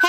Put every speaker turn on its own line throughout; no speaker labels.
Hey,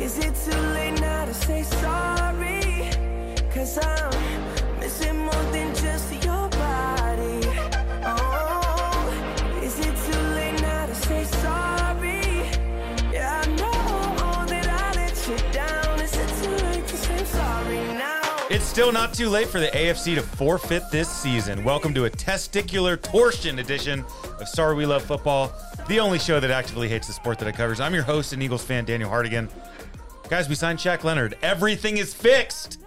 Is it too late now to say sorry? Cause I'm missing more than just your body. Oh, is it too late now to say sorry? Yeah, I know that I let you down. Is it too late to say sorry now?
It's still not too late for the AFC to forfeit this season. Welcome to a testicular torsion edition of Sorry We Love Football, the only show that actively hates the sport that it covers. I'm your host and Eagles fan, Daniel Hardigan. Guys, we signed Shaq Leonard. Everything is fixed.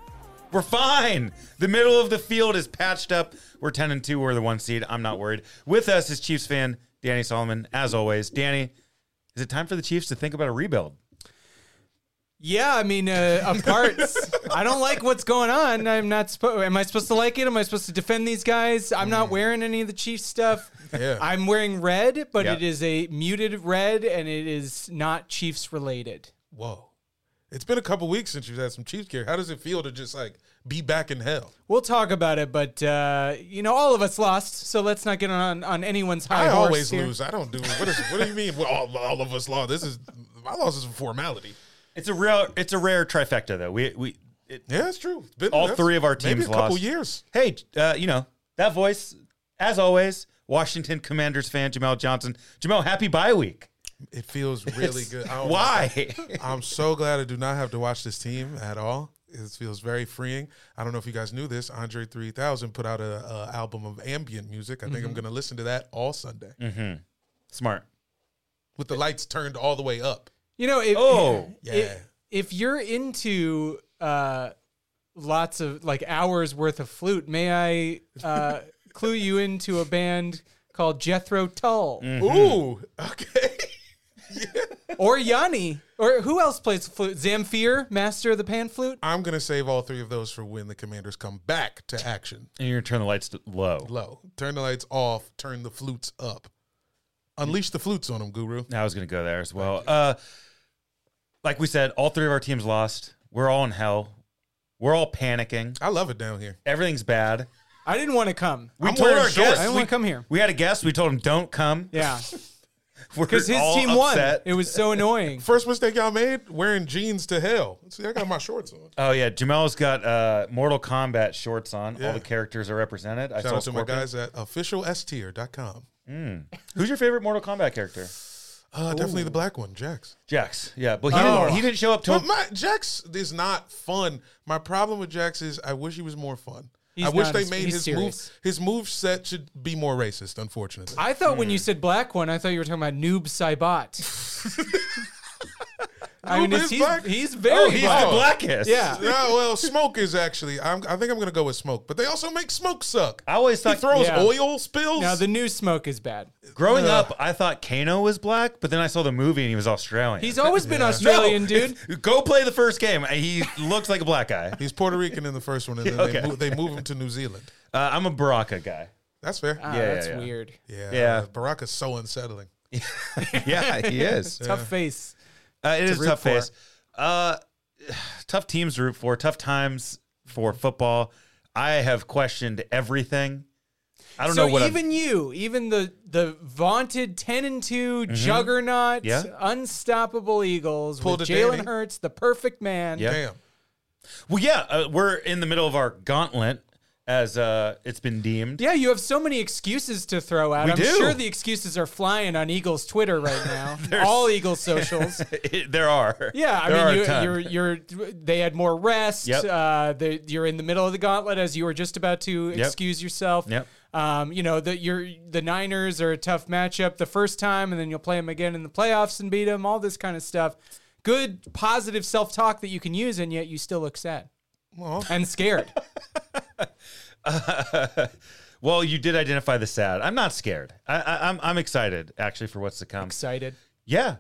We're fine. The middle of the field is patched up. We're 10 and 2. We're the one seed. I'm not worried. With us is Chiefs fan Danny Solomon, as always. Danny, is it time for the Chiefs to think about a rebuild?
Yeah, I mean, uh, of parts. I don't like what's going on. I'm not supposed. Am I supposed to like it? Am I supposed to defend these guys? I'm
Mm.
not wearing any of the Chiefs stuff. I'm wearing red, but
Yeah.
it is a muted red, and it is not Chiefs related.
Whoa. It's been a couple weeks since you've had some Chiefs gear. How does it feel to just like be back in hell?
We'll talk about it, but uh, you know, all of us lost, so let's not get on on anyone's high
I,
horse
always
here.
lose. I don't do what is what do you mean? Well, all, all of us lost. This is my loss is a formality.
It's a real it's a rare trifecta though. We we it,
Yeah, it's true. It's been-
all
that's
three of our
maybe
teams
a couple
lost.
years.
Hey, uh, you know that voice, as always, Washington Commanders fan Jamel Johnson. Jamel, happy bye week.
It feels really good.
Oh,
I don't-
Why?
I'm so glad I do not have to watch this team at all. It feels very freeing. I don't know if you guys knew this. Andre 3000 put out a, a album of ambient music. I think
Mm-hmm.
I'm going to listen to that all Sunday
Mm. Smart.
with the lights turned all the way up.
You know, if,
Oh.
i-
Yeah.
if you're into uh, lots of like hours worth of flute, may I uh, clue you into a band called Jethro Tull
Mm.
Ooh, Hmm. okay.
or Yanni or who else plays flute? Zamfir, master of the pan flute.
I'm gonna save all three of those for when the commanders come back to action.
And you're gonna turn the lights to low.
Low. Turn the lights off, turn the flutes up. Unleash the flutes on them, guru.
I was gonna go there as well. Uh, like we said, all three of our teams lost. We're all in hell. We're all panicking.
I love it down here.
Everything's bad.
I didn't want to come.
We
I'm
told
wearing
our
shorts.
guests.
I didn't
we,
want to come here.
we had a guest. We told him don't come.
Yeah,
We're
because his
all
team
upset.
won. It was so annoying.
First mistake y'all made, wearing jeans to hell. See, I got my shorts on.
Oh yeah, Jamel's got uh, Mortal Kombat shorts on. All
Yeah.
the characters are represented. I
Shout
saw
out to my
Scorpion.
guys at officialstier.com.
Who's your favorite Mortal Kombat character?
Uh, definitely the black one, Jax.
Jax. Yeah, but he,
Oh.
didn't, he didn't show up till
But my Jax is not fun. My problem with Jax is I wish he was more fun.
He's
I wish
not
they
as-
made
he's
his
serious.
move his move set should be more racist, unfortunately.
I thought when you
Mm.
said black one, I thought you were talking about Noob Saibot. I mean, it's-
Noob is
he's,
black?
he's
oh,
very
he's
black.
the blackest.
Yeah.
no, well, smoke is actually. I'm, I think I'm gonna go with smoke, but they also make smoke suck.
I always
he
thought
throws
Yeah.
oil spills.
Now the new smoke is bad.
growing up, I thought Kano was black, but then I saw the movie and he was Australian.
He's always been Australian,
No!
dude.
Go play the first game. He looks like a black guy.
He's Puerto Rican in the first one, and then
Okay.
they, move, they move him to New Zealand.
Uh, I'm a Baraka guy.
That's fair.
Ah,
Yeah,
that's
yeah, yeah.
weird.
yeah,
yeah.
Baraka's so unsettling.
Yeah, he is.
Tough face.
Uh, it is a
root
tough
for.
face. Uh, tough teams to root for. Tough times for football. I have questioned everything. I don't
so
know what I'm-
even you, even the the vaunted ten and 2 juggernaut,
Mm-hmm. Yeah.
unstoppable Eagles
Pulled
with
a
Jalen
Danny.
Hurts, the perfect man.
Yeah.
Damn.
Well, yeah, uh, we're in the middle of our gauntlet, as uh, it's been deemed.
Yeah, you have so many excuses to throw out.
We
I'm
do.
sure the excuses are flying on Eagles Twitter right now. All Eagles socials.
there are.
Yeah, I
There are a
mean,
ton.
you, you're you're they had more rest.
Yep.
Uh, the, you're in the middle of the gauntlet as you were just about to
Yep.
excuse yourself.
Yep.
Um, you know the you're the Niners are a tough matchup the first time, and then you'll play them again in the playoffs and beat them. All this kind of stuff. Good positive self talk that you can use, and yet you still look sad
Well,
and scared.
well, you did identify the sad. I'm not scared. I, I, I'm I'm excited actually for what's to come.
Excited.
Yeah.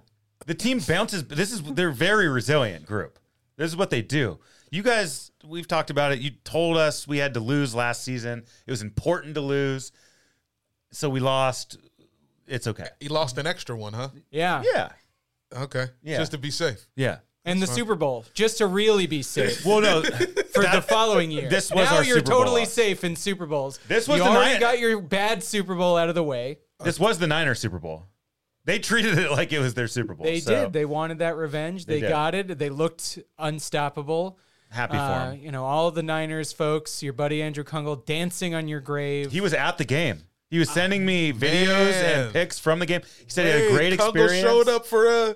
the team bounces. This is they're a very resilient group. This is what they do. You guys, we've talked about it. You told us we had to lose last season. It was important to lose, so we lost. It's okay.
He lost an extra one, huh?
Yeah.
Yeah,
Okay.
Yeah.
Just to be safe.
yeah.
And the Super Bowl, just to really be safe
Well, no,
for
that-
the following year.
this was
now
our
you're
Super Bowl
totally
loss.
safe in Super Bowls.
This was
you
the
already
night-
got your bad Super Bowl out of the way.
This was the Niners Super Bowl. They treated it like it was their Super Bowl.
They
so
did. They wanted that revenge. They,
did.
got it. They looked unstoppable.
happy
Uh,
for him.
you know, all the Niners folks, your buddy Andrew Kungle dancing on your grave.
He was at the game. He was sending me videos
Ah, Man.
and pics from the game. He said he had a
Hey,
great
Kungle
experience.
showed up for a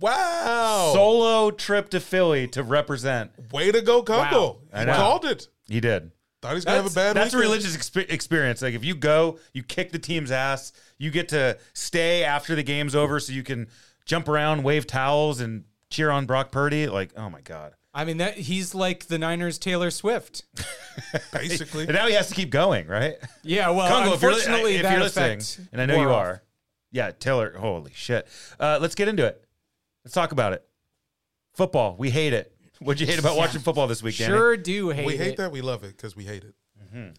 wow.
Solo trip to Philly to represent.
Way to go, Kungle.
I
He
know.
called it.
He did.
Thought he's gonna have a bad.
That's a
weekend.
religious exp- experience. Like if you go, you kick the team's ass. You get to stay after the game's over, so you can jump around, wave towels, and cheer on Brock Purdy. Like, oh my god!
I mean, that he's like the Niners Taylor Swift.
Basically,
And now he has to keep going, right?
Yeah, well,
Kungle, if you're, li-
unfortunately,
if
that
you're
effect
listening, and I know you
wore off.
are, yeah, Taylor. Holy shit! Uh, let's get into it. Let's talk about it. Football, we hate it. What'd you hate about watching football this week, Danny?
Sure do hate
we hate
it.
that. We love it because we hate it.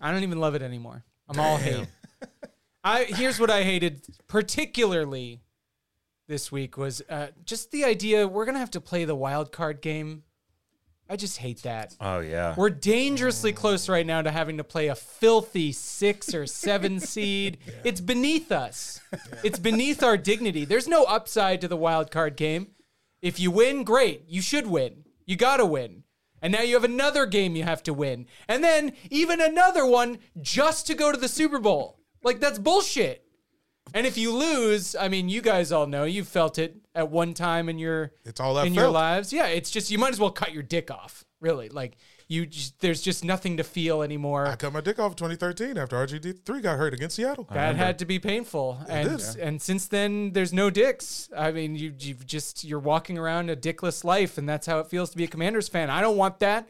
I don't even love it anymore. I'm all hate. I here's what I hated particularly this week was uh, just the idea we're gonna have to play the wild card game. I just hate that.
Oh yeah.
We're dangerously close right now to having to play a filthy six or seven seed. It's beneath us. It's beneath our dignity. There's no upside to the wild card game. If you win, great. You should win. You gotta win. And now you have another game you have to win. And then even another one just to go to the Super Bowl. Like that's bullshit. And if you lose, I mean, you guys all know you felt it at one time in your
It's all I
in your
felt.
lives. Yeah, it's just you might as well cut your dick off. Really, like you, just, there's just nothing to feel anymore.
I cut my dick off in 2013 after RGD three got hurt against Seattle.
that had to be painful, and
is.
and since then there's no dicks. I mean, you you've just you're walking around a dickless life, and that's how it feels to be a Commanders fan. I don't want that.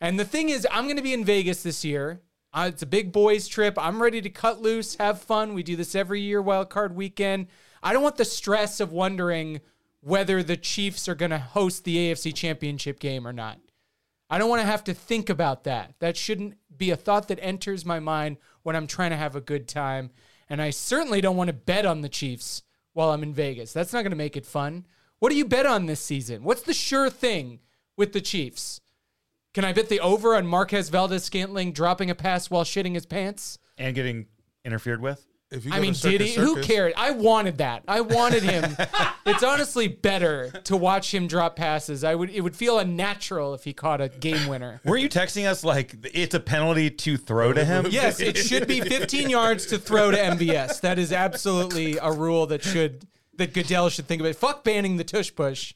And the thing is, I'm going to be in Vegas this year. Uh, it's a big boys trip. I'm ready to cut loose, have fun. We do this every year, wild card weekend. I don't want the stress of wondering whether the Chiefs are going to host the AFC Championship game or not. I don't want to have to think about that. That shouldn't be a thought that enters my mind when I'm trying to have a good time. And I certainly don't want to bet on the Chiefs while I'm in Vegas. That's not going to make it fun. What do you bet on this season? What's the sure thing with the Chiefs? Can I bet the over on Marquez Valdez Scantling dropping a pass while shitting his pants?
and getting interfered with.
If you
I
go to
mean,
Circus
did he? Who
Circus-
cared? I wanted that. I wanted him. it's honestly better to watch him drop passes. I would. It would feel unnatural if he caught a game winner.
Were you texting us like it's a penalty to throw to him?
Yes, it should be 15 yards to throw to MBS. That is absolutely a rule that should that Goodell should think about. Fuck banning the tush push.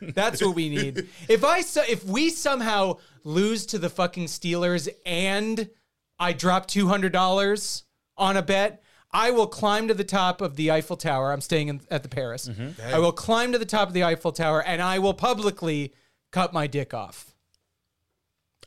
That's what we need. If I so, if we somehow lose to the fucking Steelers and I drop two hundred dollars on a bet. I will climb to the top of the Eiffel Tower. I'm staying in, at the Paris.
Mm-hmm.
I will climb to the top of the Eiffel Tower and I will publicly cut my dick off.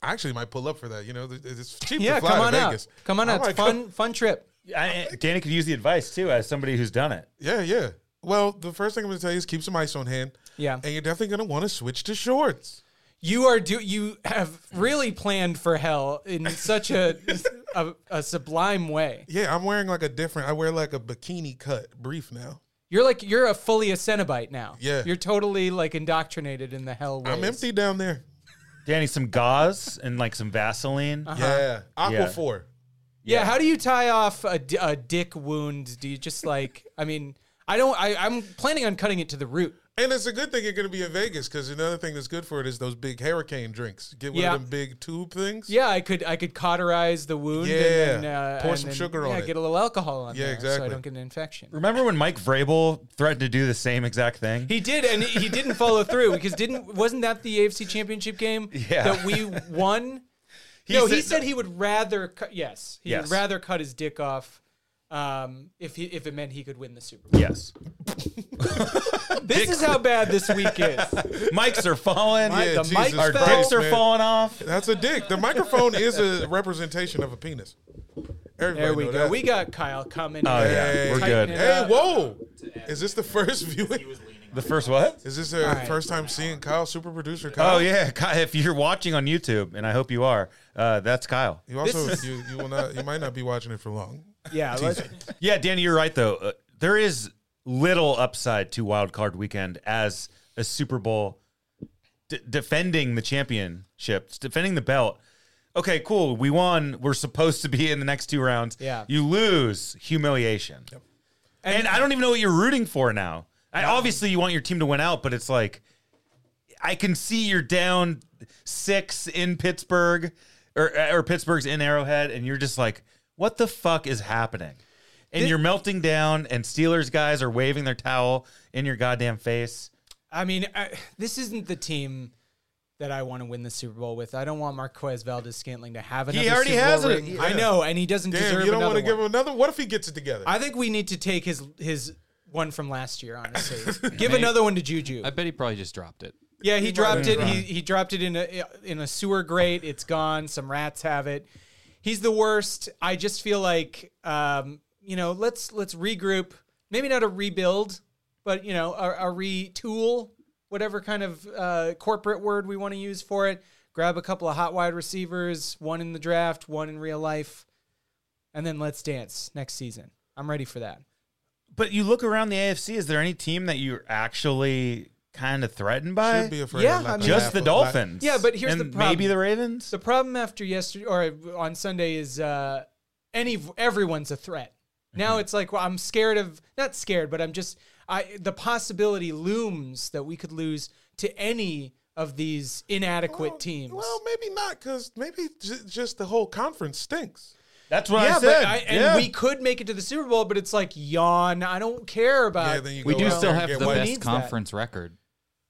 I actually might pull up for that. You know, th- it's cheap
Yeah,
to fly
come on
to Vegas.
out. Come on
I
out. It's
might
fun,
go-
fun trip.
I, Danny could use the advice too, as somebody who's done it.
Yeah, yeah. Well, the first thing I'm going to tell you is keep some ice on hand.
Yeah.
and you're definitely going to want to switch to shorts.
You are do you have really planned for hell in such a a, a sublime way.
Yeah, I'm wearing like a different. I wear like a bikini cut brief now.
You're like you're a fully a Cenobite now.
Yeah.
you're totally like indoctrinated in the hell ways.
I'm empty down there.
Danny, some gauze and like some Vaseline.
Uh-huh.
Yeah, Aqua
Yeah.
Four.
Yeah, how do you tie off a, d- a dick wound? Do you just like? I mean, I don't. I, I'm planning on cutting it to the root.
And it's a good thing you're going to be in Vegas because another thing that's good for it is those big hurricane drinks. Get one
Yeah.
of them big tube things.
Yeah, I could I could cauterize the wound.
Yeah.
and then, uh,
Pour
and
some
then,
sugar on
yeah,
it.
Get a little alcohol on.
Yeah,
there So I
exactly.
don't get an infection.
Remember when Mike Vrabel threatened to do the same exact thing?
He did, and he didn't follow through because didn't wasn't that the AFC Championship game
Yeah.
that we won? no, he
said-
said he would rather. Cu- yes, he
Yes.
would rather cut his dick off um, if he if it meant he could win the Super Bowl.
yes.
This is how bad this week is.
Mics are falling.
Yeah,
the
Jesus
mics
Our
fell.
dicks are
man.
falling off.
That's a dick. The microphone is a representation of a penis. Everybody
There we
know
go.
that.
We got Kyle coming.
Oh, yeah.
Hey,
We're
tighten
good.
it
Hey,
up.
whoa! Is this the first viewing?
The first what?
Is this the
right.
first time seeing Kyle, super producer Kyle?
Oh yeah, Kyle, if you're watching on YouTube, and I hope you are, uh, that's Kyle.
You also you, you will not you might not be watching it for long.
Yeah, let's-
Yeah, Danny, you're right though. Uh, there is little upside to Wild Card Weekend as a Super Bowl d- defending the championship, defending the belt. Okay, cool. We won. We're supposed to be in the next two rounds.
Yeah.
you lose humiliation, and, I don't even know what you're rooting for now. I, obviously, you want your team to win out, but it's like I can see you're down six in Pittsburgh, or or Pittsburgh's in Arrowhead, and you're just like, what the fuck is happening? And you're melting down, and Steelers guys are waving their towel in your goddamn face.
I mean, I, this isn't the team that I want to win the Super Bowl with. I don't want Marquez Valdez Scantling to have another.
already
Super
has
Bowl
it.
ring.
Yeah.
I know, and he doesn't
Damn,
deserve
you don't
another
want to give him
one.
another. What if he gets it together?
I think we need to take his his one from last year. Honestly, give another one to Juju.
I bet he probably just dropped it.
Yeah, he dropped it.
been
He, he dropped it in a in a sewer grate. It's gone. Some rats have it. He's the worst. I just feel like um, you know, let's let's regroup. Maybe not a rebuild, but you know, a, a retool, whatever kind of uh, corporate word we want to use for it. Grab a couple of hot wide receivers, one in the draft, one in real life, and then let's dance next season. I'm ready for that.
But you look around the AFC. Is there any team that you're actually kind of threatened by?
Should be afraid
Yeah,
of
I
like
mean-
just the
lack-
Dolphins.
Yeah, but here's
and
the problem.
Maybe the Ravens.
The problem after yesterday or on Sunday is uh, any everyone's a threat.
Mm-hmm.
Now it's like well, I'm scared of not scared, but I'm just I the possibility looms that we could lose to any of these inadequate
Well,
teams.
Well, maybe not because maybe j- just the whole conference stinks.
That's what
yeah,
I said.
but I, and
Yeah.
we could make it to the Super Bowl, but it's like yawn. I don't care about.
Yeah, then you
We
go
do
out there
still
and
have
get
the
wiped.
best
needs that?
conference record.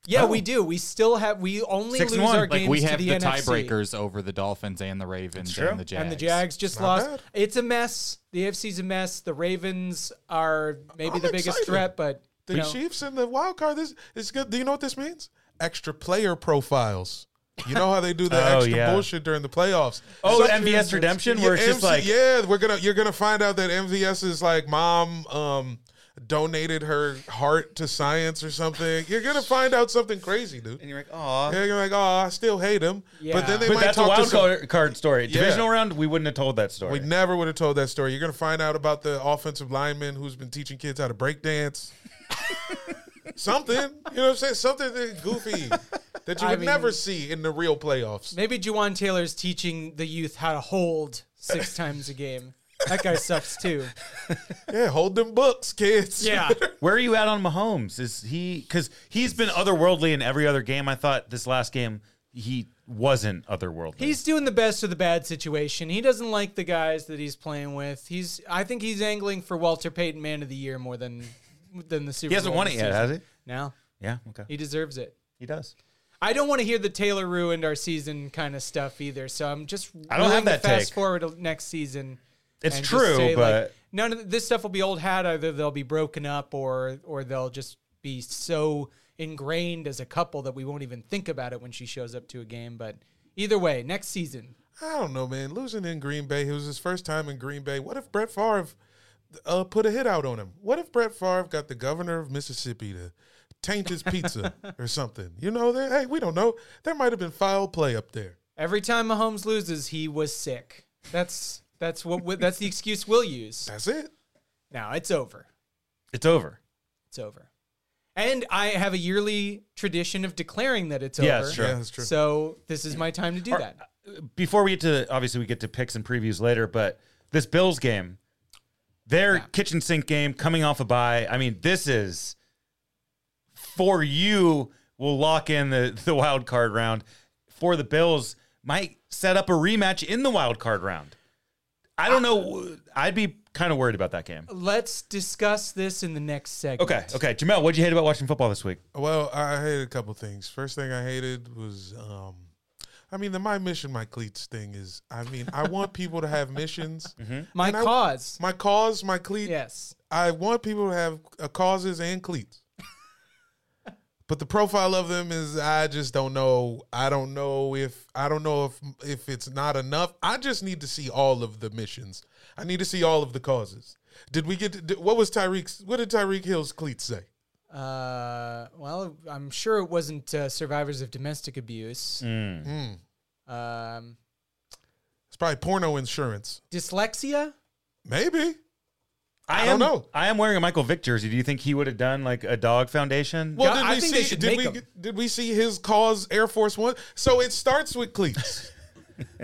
yeah, we do. We still have. We only
Six
lose
and one.
our
Like,
games
we
to
have
the,
the,
NFC.
tiebreakers over the Dolphins and the Ravens
true.
and the Jags.
And the Jags just
Not
lost.
bad.
It's a mess. The AFC's a mess. The Ravens are maybe
I'm
the biggest
excited.
threat, but
The
you know,
Chiefs and the wild card. This is good. Do you know what this means? Extra player profiles. You know how they do the
Oh,
extra
yeah.
bullshit during the playoffs.
Oh,
So-
the MVS redemption, where it's
Yeah,
just
MC
like,
yeah, we're gonna you're gonna find out that MVS's like mom um donated her heart to science or something. You're gonna find out something crazy, dude.
and you're like, oh,
Yeah, you're like, oh, I still hate him. But
Yeah.
then they
But
might
that's a
talk to
wild
some-
card, card story.
Yeah.
Divisional round, we wouldn't have told that story.
We never would have told that story. You're gonna find out about the offensive lineman who's been teaching kids how to break dance. Something, you know what I'm saying? Something that goofy that you
I
would
mean-
never see in the real playoffs.
maybe Juwan Taylor's teaching the youth how to hold six times a game. That guy sucks too.
Yeah, hold them books, kids.
Yeah.
Where are you at on Mahomes? Is he because he's been otherworldly in every other game? I thought this last game he wasn't otherworldly.
He's doing the best of the bad situation. He doesn't like the guys that he's playing with. He's I think he's angling for Walter Payton man of the year more than than the Super Bowl.
he hasn't won it
this
yet,
season.
has he?
No.
Yeah, okay,
He deserves it.
he does.
I don't want to hear the Taylor ruined our season kind of stuff either. So I'm just
I don't
willing
have that
to fast
take.
forward to next season.
It's
and just
true,
say,
but
like, none of th- this stuff will be old hat. Either they'll be broken up, or or they'll just be so ingrained as a couple that we won't even think about it when she shows up to a game. But either way, next season,
I don't know, man. Losing in Green Bay, it was his first time in Green Bay. What if Brett Favre uh, put a hit out on him? What if Brett Favre got the governor of Mississippi to taint his pizza or something? You know, they- hey, we don't know. There might have been foul play up there.
every time Mahomes loses, he was sick. That's that's what we- that's the excuse we'll use.
That's it.
Now it's over.
it's over.
It's over. And I have a yearly tradition of declaring that it's
Yeah,
over.
sure.
Yeah, that's true.
So this is my time to do that.
Before we get to obviously we get to picks and previews later, but this Bills game, their kitchen sink game coming off a bye. I mean, this is for you. Will lock in the the wild card round for the Bills. Might set up a rematch in the wild card round. I don't know. I'd be kind of worried about that game.
Let's discuss this in the next segment.
Okay, okay, Jamel, what'd you hate about watching football this week?
Well, I hated a couple things. First thing I hated was, um, I mean, the my mission, my cleats thing is, I mean, I want people to have missions.
My
And I-
cause.
my cause, my cleat.
yes.
I want people to have uh, causes and cleats. but the profile of them is I just don't know. I don't know if I don't know if if it's not enough. I just need to see all of the missions. I need to see all of the causes. Did we get to, did- what was Tyreek's what did Tyreek Hill's cleats say?
Uh, well, I'm sure it wasn't uh, survivors of domestic abuse.
Mm.
Um,
It's probably porno insurance.
dyslexia.
Maybe.
I,
don't
am,
know.
I am wearing a Michael Vick jersey. Do you think he would have done like a dog foundation?
Well,
Yeah,
did
I
we
think
see?
they should make
did we
'em.
did we see his cause Air Force One? So it starts with cleats.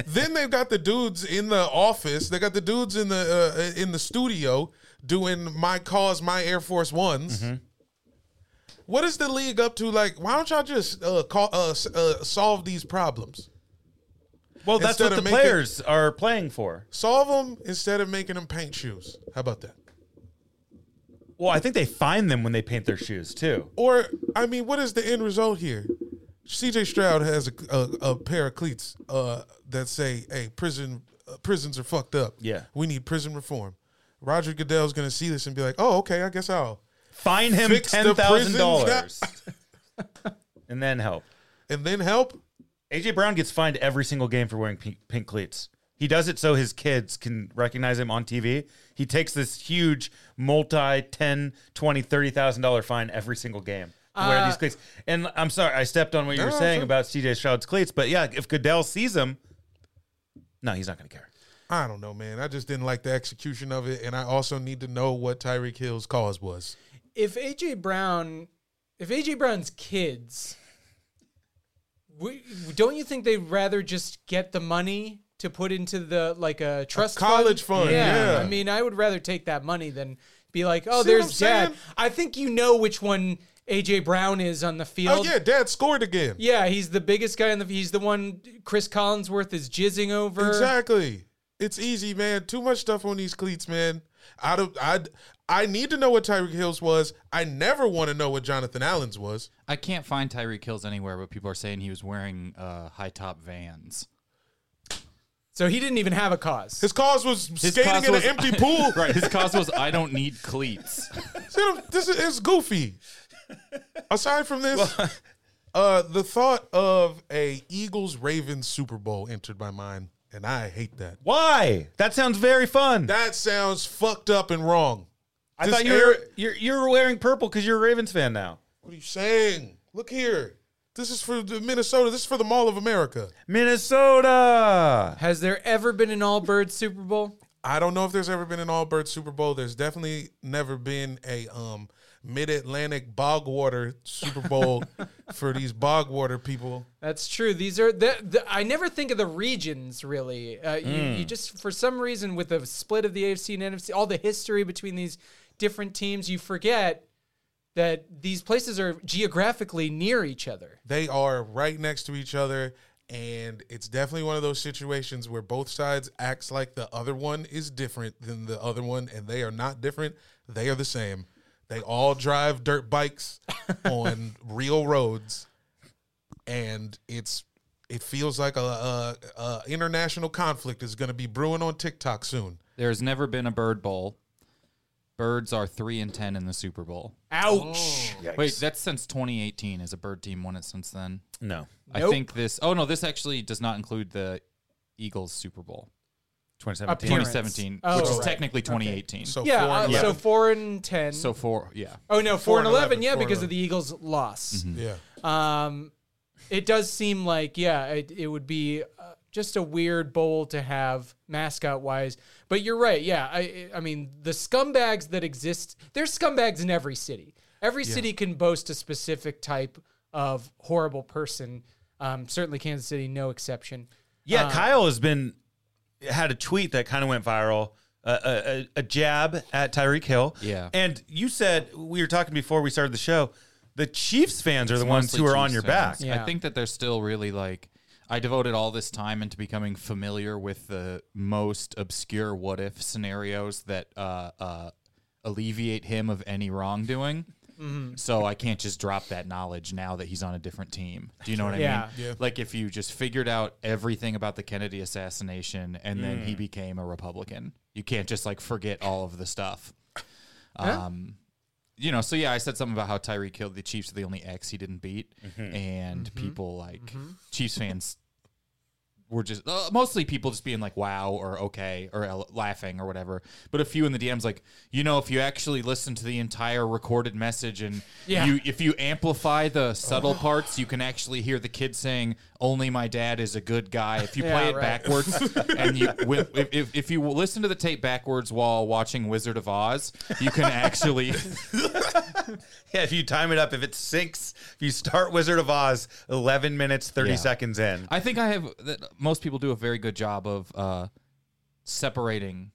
then they've got the dudes in the office. They got the dudes in the uh, in the studio doing my cause, my Air Force Ones.
Mm-hmm.
What is the league up to? Like, why don't y'all just uh, call, uh, s- uh, solve these problems?
Well, that's
Instead
what the
of making-
players are playing for.
Solve them instead of making them paint shoes. How about that?
Well, I think they find them when they paint their shoes too.
Or I mean, what is the end result here? C.J. Stroud has a, a, a pair of cleats uh, that say, "Hey, prison uh, prisons are fucked up.
Yeah.
we need prison reform." Roger Goodell's gonna see this and be like, "Oh, okay, I guess I'll."
Fine him
Fix
ten
the
thousand
prison
dollars, and then help.
And then help.
AJ Brown gets fined every single game for wearing pink, pink cleats. He does it so his kids can recognize him on TV. He takes this huge multi 10, 20, 30,000 dollar fine every single game for wearing these cleats. And I'm sorry, I stepped on what you were
No,
saying
sure.
about CJ Stroud's cleats, but yeah, if Goodell sees him, no, he's not going to care.
I don't know, man. I just didn't like the execution of it, and I also need to know what Tyreek Hill's cause was.
If AJ Brown, if AJ Brown's kids, w- don't you think they'd rather just get the money to put into the like a trust
college fund, yeah.
I mean, I would rather take that money than be like, oh,
See what
there's
I'm
dad.
saying?
I think you know which one AJ Brown is on the field.
Oh yeah, Dad scored again.
Yeah, he's the biggest guy in the. He's the one Chris Collinsworth is jizzing over.
Exactly. It's easy, man. Too much stuff on these cleats, man. I don't. I I need to know what Tyreek Hill's was. I never want to know what Jonathan Allen's was.
I can't find Tyreek Hill's anywhere, but people are saying he was wearing uh, high top vans.
So he didn't even have a cause.
His cause was skating
cause
in
was-
an empty pool. right.
His cause was I don't need cleats.
This is it's goofy. Aside from this, uh, the thought of a Eagles Ravens Super Bowl entered my mind, and I hate that.
Why? That sounds very fun.
That sounds fucked up and wrong.
I
This
thought you
era-
were you're, you're wearing purple because you're a Ravens fan now.
What are you saying? Look here. This is for the Minnesota. This is for the Mall of America.
Minnesota.
Has there ever been an all bird Super Bowl?
I don't know if there's ever been an all bird Super Bowl. There's definitely never been a um mid Atlantic bog water Super Bowl for these bog water people.
That's true. These are the, the I never think of the regions really. Uh, you,
Hmm.
you just for some reason with the split of the AFC and NFC, all the history between these different teams, you forget that these places are geographically near each other.
They are right next to each other. And it's definitely one of those situations where both sides acts like the other one is different than the other one, and they are not different. They are the same. They all drive dirt bikes on real roads, and it's it feels like a, a, a international conflict is going to be brewing on TikTok soon.
There's never been a bird bowl. Birds are three and ten in the Super Bowl.
Ouch.
Oh.
Wait, that's since 2018. Has a bird team won it since then?
No.
I
Nope.
think this. Oh no, this actually does not include the Eagles Super Bowl
2017.
Appearance.
2017,
Oh,
which is
right.
technically 2018. So,
So
Yeah,
four
uh,
and
so
11.
four and ten.
so four, yeah.
oh no, four, and 11, Yeah,
four and Mm-hmm.
because of
11.
the Eagles' loss.
yeah.
Um, it does seem like yeah, it, it would be uh, just a weird bowl to have mascot wise. But you're right. Yeah, I I mean the scumbags that exist. There's scumbags in every city. Every city can boast a specific type of horrible person. Um, certainly Kansas City, no exception.
Yeah,
Uh,
Kyle has been had a tweet that kind of went viral, uh, a, a, a jab at Tyreek Hill.
Yeah.
and you said we were talking before we started the show. The Chiefs fans are the ones
Mostly
who are on
Chiefs
your
fans.
back.
Yeah.
I think that they're still really like. I devoted all this time into becoming familiar with the most obscure what if scenarios that uh, uh, alleviate him of any wrongdoing. So I can't just drop that knowledge now that he's on a different team. Do you know what I
Yeah.
mean? Like if you just figured out everything about the Kennedy assassination and then he became a Republican, you can't just like forget all of the stuff. Um, you know, so yeah, I said something about how Tyree killed the Chiefs, are the only X he didn't beat, and people like Chiefs fans were just uh, mostly people just being like wow or okay or el- laughing or whatever but a few in the dms like you know if you actually listen to the entire recorded message and
Yeah.
you if you amplify the subtle parts you can actually hear the kid saying only my dad is a good guy if you
Yeah,
play it
right.
backwards and you wi- if, if, if you listen to the tape backwards while watching wizard of oz you can actually
Yeah, if you time it up, if it's six, if you start Wizard of Oz, eleven minutes thirty
Yeah.
seconds in.
I think I have that most people do a very good job of uh, separating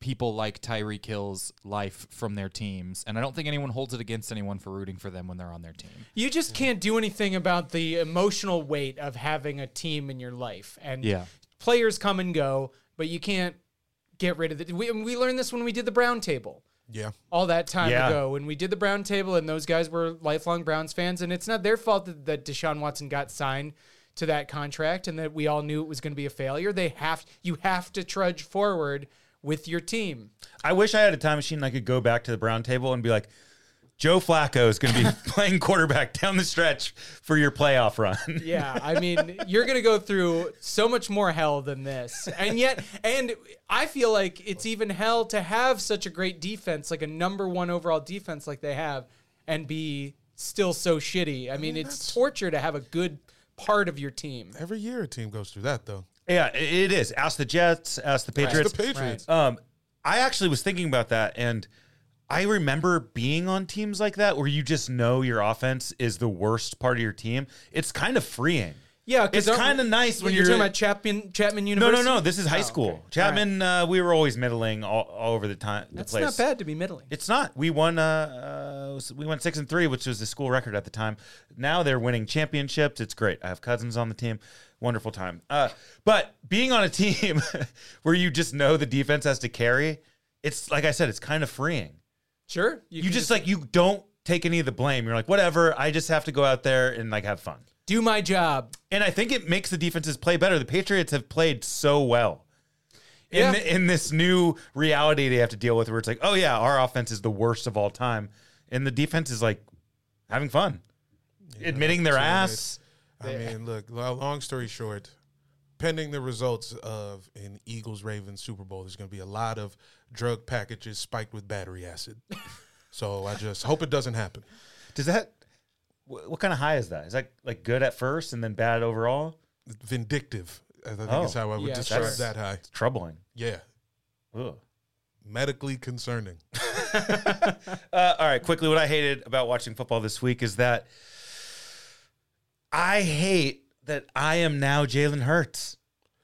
people like Tyree Kill's life from their teams, and I don't think anyone holds it against anyone for rooting for them when they're on their team.
you just can't do anything about the emotional weight of having a team in your life and
Yeah.
players come and go but you can't get rid of the we, we learned this when we did the brown table
Yeah.
all that time
Yeah.
ago when we did the brown table and those guys were lifelong browns fans and it's not their fault that, that deshaun watson got signed to that contract and that we all knew it was going to be a failure they have you have to trudge forward with your team
I wish I had a time machine and I could go back to the brown table and be like, Joe Flacco is going to be playing quarterback down the stretch for your playoff run.
Yeah, I mean, you're going to go through so much more hell than this. And yet, and I feel like it's even hell to have such a great defense, like a number one overall defense like they have, and be still so shitty. I mean, it's torture to have a good part of your team.
Every year a team goes through that though.
yeah, i- it is. Ask the Jets, ask the
It's
Patriots.
the Patriots.
um, I actually was thinking about that and I remember being on teams like that where you just know your offense is the worst part of your team. It's kind of freeing.
Yeah, 'cause
It's
aren't-
kinda nice when
you're
you're-
talking about Chapman Chapman
No,
University.
no, no. This is high school. Chapman, uh, we were always middling all, all over the time. The
That's
place.
not bad to be middling.
It's not. We won. Uh, uh, we went six and three, which was the school record at the time. Now they're winning championships. It's great. I have cousins on the team. Wonderful time. Uh, but being on a team where you just know the defense has to carry, it's like I said, it's kind of freeing.
Sure,
You
can
just like you don't take any of the blame. You're like, whatever. I just have to go out there and like have fun.
do my job.
And I think it makes the defenses play better. The Patriots have played so well. In,
Yeah.
the, in this new reality they have to deal with, where it's like, oh yeah, our offense is the worst of all time, and the defense is like having fun, admitting their ass.
I mean, look, lo- long story short, pending the results of an Eagles Ravens Super Bowl, there's going to be a lot of drug packages spiked with battery acid. so I just hope it doesn't happen.
Does that? wh- What kind of high is that? Is that like good at first and then bad overall?
Vindictive, I think
Oh.
is how I would
Yeah,
describe
sure.
that high.
It's troubling.
Yeah.
Ugh.
Medically concerning.
Uh, all right, quickly, what I hated about watching football this week is that I hate that I am now Jalen Hurts.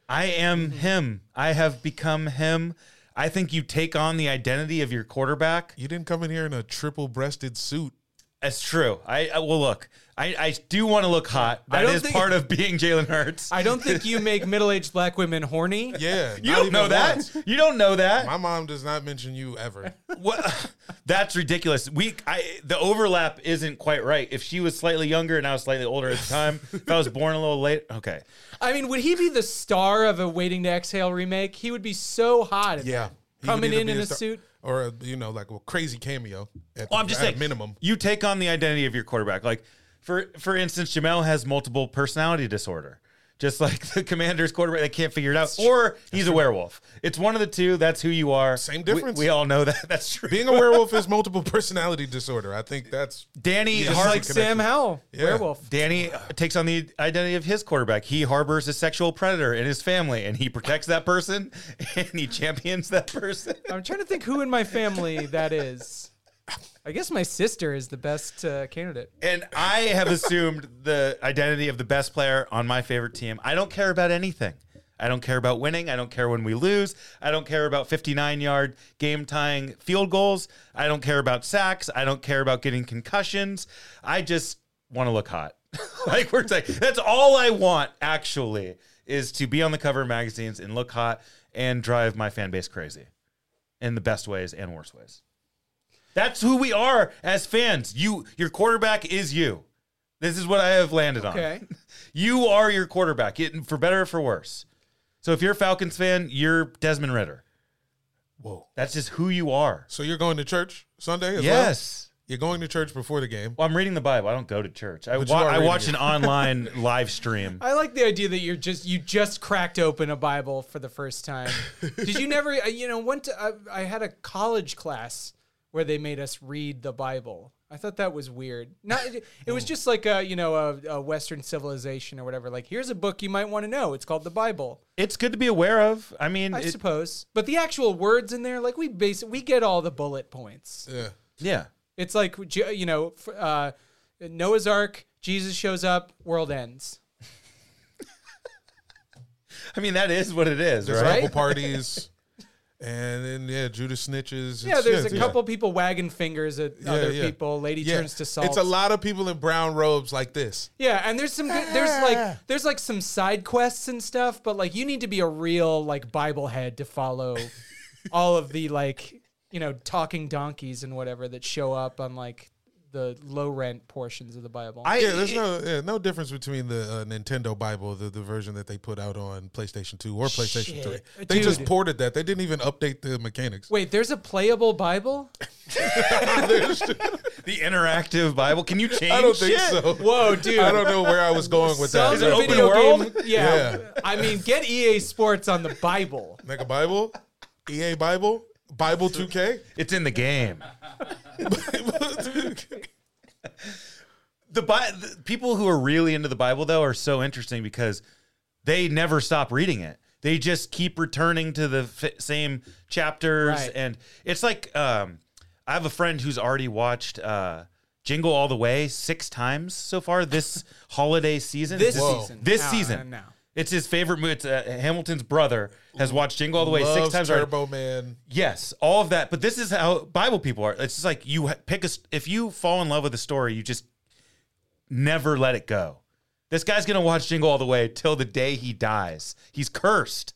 I
Mm-hmm.
am him. I have become him. I think you take on the identity of your quarterback.
You didn't come in here in a triple breasted suit.
That's true. I, I well look. I, I do want to look hot.
I
That
don't
is
think-
part of being Jalen Hurts.
I don't think you make middle-aged black women horny.
Yeah.
you
not
don't
even
know that.
once.
You don't know that.
My mom does not mention you ever.
What? That's ridiculous. We, I, the overlap isn't quite right. If she was slightly younger and I was slightly older at the time, if I was born a little late, okay.
I mean, would he be the star of a Waiting to Exhale remake? He would be so hot. in
Yeah.
that.
He would
coming
either
in
be
in a
star-
suit. Oh,
Or, a, you know, like a crazy cameo
Well,
at, the-
I'm just
at a
saying,
minimum.
You take on the identity of your quarterback. Like, for for instance, Jamel has multiple personality disorder, just like the Commanders' quarterback. They can't figure it out, or he's a werewolf. It's one of the two. That's who you are.
Same
We-
difference.
We, all know that. That's true.
Being a werewolf is multiple personality disorder. I think that's
Danny
Yeah.
har-
Just
Like Sam Howell,
Yeah.
werewolf.
Danny takes on the identity of his quarterback. He harbors a sexual predator in his family, and he protects that person, and he champions that person.
I'm trying to think who in my family that is. I guess my sister is the best uh, candidate.
And I have assumed the identity of the best player on my favorite team. I don't care about anything. I don't care about winning. I don't care when we lose. I don't care about 59 yard game tying field goals. I don't care about sacks. I don't care about getting concussions. I just want to look hot. like we're saying, that's all I want actually is to be on the cover of magazines and look hot and drive my fan base crazy in the best ways and worst ways. That's who we are as fans. You, your quarterback is you. This is what I have landed
Okay.
on. You are your quarterback, it- for better or for worse. So if you're a Falcons fan, you're Desmond Ritter.
whoa.
That's just who you are.
So you're going to church Sunday as well?
Yes.
You're going to church before the game.
Well, I'm reading the Bible. I don't go to church. I,
But
wa-
you are
I watch an
reading
online live stream.
I like the idea that you're just you just cracked open a Bible for the first time. Did you never? uh, You know, went to, I, I had a college class where they made us read the Bible. I thought that was weird. Not it, it was just like a you know a, a Western civilization or whatever. Like here's a book you might want to know. It's called the Bible,
It's good to be aware of. I mean,
I
it-
suppose. But the actual words in there, like we base we get all the bullet points.
Yeah.
yeah.
It's like Je- you know f- uh, Noah's Ark. Jesus shows up. World ends.
I mean, that is what it is,
There's
right?
apple parties. And then yeah, Judas snitches.
Yeah,
It's-
there's a
it's-
couple people wagging fingers at other
yeah.
people. Lady
Yeah.
turns to salt.
It's a lot of people in brown robes like this.
Yeah, and there's some good, there's
Ah.
like there's like some side quests and stuff, but like you need to be a real like Bible head to follow all of the like you know talking donkeys and whatever that show up on like the low rent portions of the Bible.
I,
Yeah, there's no yeah, no difference between the uh, Nintendo Bible, the, the version that they put out on PlayStation 2 or PlayStation
Shit.
3. They just
Dude.
ported that. They didn't even update the mechanics.
Wait, there's a playable Bible?
the interactive Bible. Can you change?
I don't think
shit?
so.
Whoa, dude.
I don't know where I was going with that.
Is it open world?
yeah.
Yeah.
I mean, get EA Sports on the Bible.
Like a Bible? EA Bible? Bible 2K?
It's in the game. the, Bi- the people who are really into the Bible though are so interesting because they never stop reading it. They just keep returning to the f- same chapters,
Right.
and it's like um, I have a friend who's already watched uh, Jingle All the Way six times so far this holiday season.
This
Whoa.
season.
This
No,
season.
no.
It's his favorite movie. It's uh, Hamilton's brother has watched Jingle All the Way six
Loves
times. already.
Turbo Man.
Yes, all of that. But this is how Bible people are. It's just like you ha- pick a. st- If you fall in love with a story, you just never let it go. This guy's gonna watch Jingle all the way till the day he dies. He's cursed.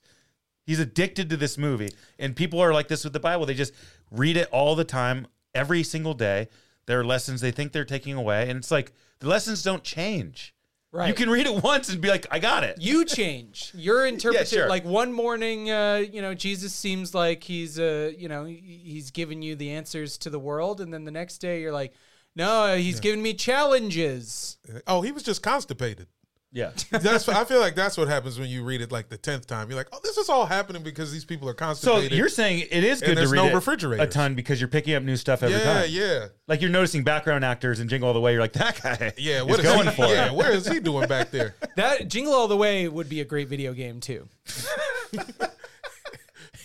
He's addicted to this movie, and people are like this with the Bible. They just read it all the time, every single day. There are lessons they think they're taking away, and it's like the lessons don't change.
Right.
You can read it once and be like, "I got it."
you change your interpretation.
sure.
Like one morning, uh, you know, Jesus seems like he's, uh, you know, he- he's giving you the answers to the world, and then the next day you're like, no, uh, he's giving me challenges.
Oh, he was just constipated.
yeah.
That's I feel like that's what happens when you read it like the tenth time. You're like, oh, this is all happening because these people are
So
constipated.
you're saying it is good to
there's
read
no
it a
refrigerators.
ton because you're picking up new stuff every
yeah,
time.
yeah,
Like you're noticing background actors and Jingle All the Way. You're like, that guy.
yeah.
is
What is
going
he,
for?
Yeah,
it.
where is he doing back there?
That Jingle All the Way would be a great video game too.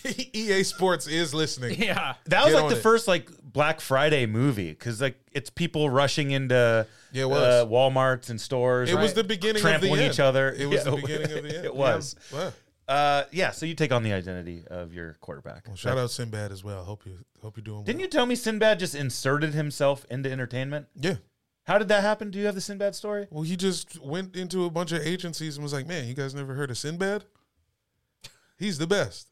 EA E Sports is listening.
Yeah,
That was
Get
like
on
the
it.
first like Black Friday movie because like it's people rushing into
Yeah, it was.
Uh, WalMarts and stores.
It was
right?
the beginning
trampling
of the end.
each other.
It was
Yeah,
the beginning of the end.
it was.
Wow.
Uh, yeah. So you take on the identity of your quarterback.
Well, shout out Sinbad as well. Hope you hope you're doing.
Didn't you tell me Sinbad just inserted himself into entertainment?
Yeah.
How did that happen? Do you have the Sinbad story?
Well, he just went into a bunch of agencies and was like, "Man, you guys never heard of Sinbad? He's the best."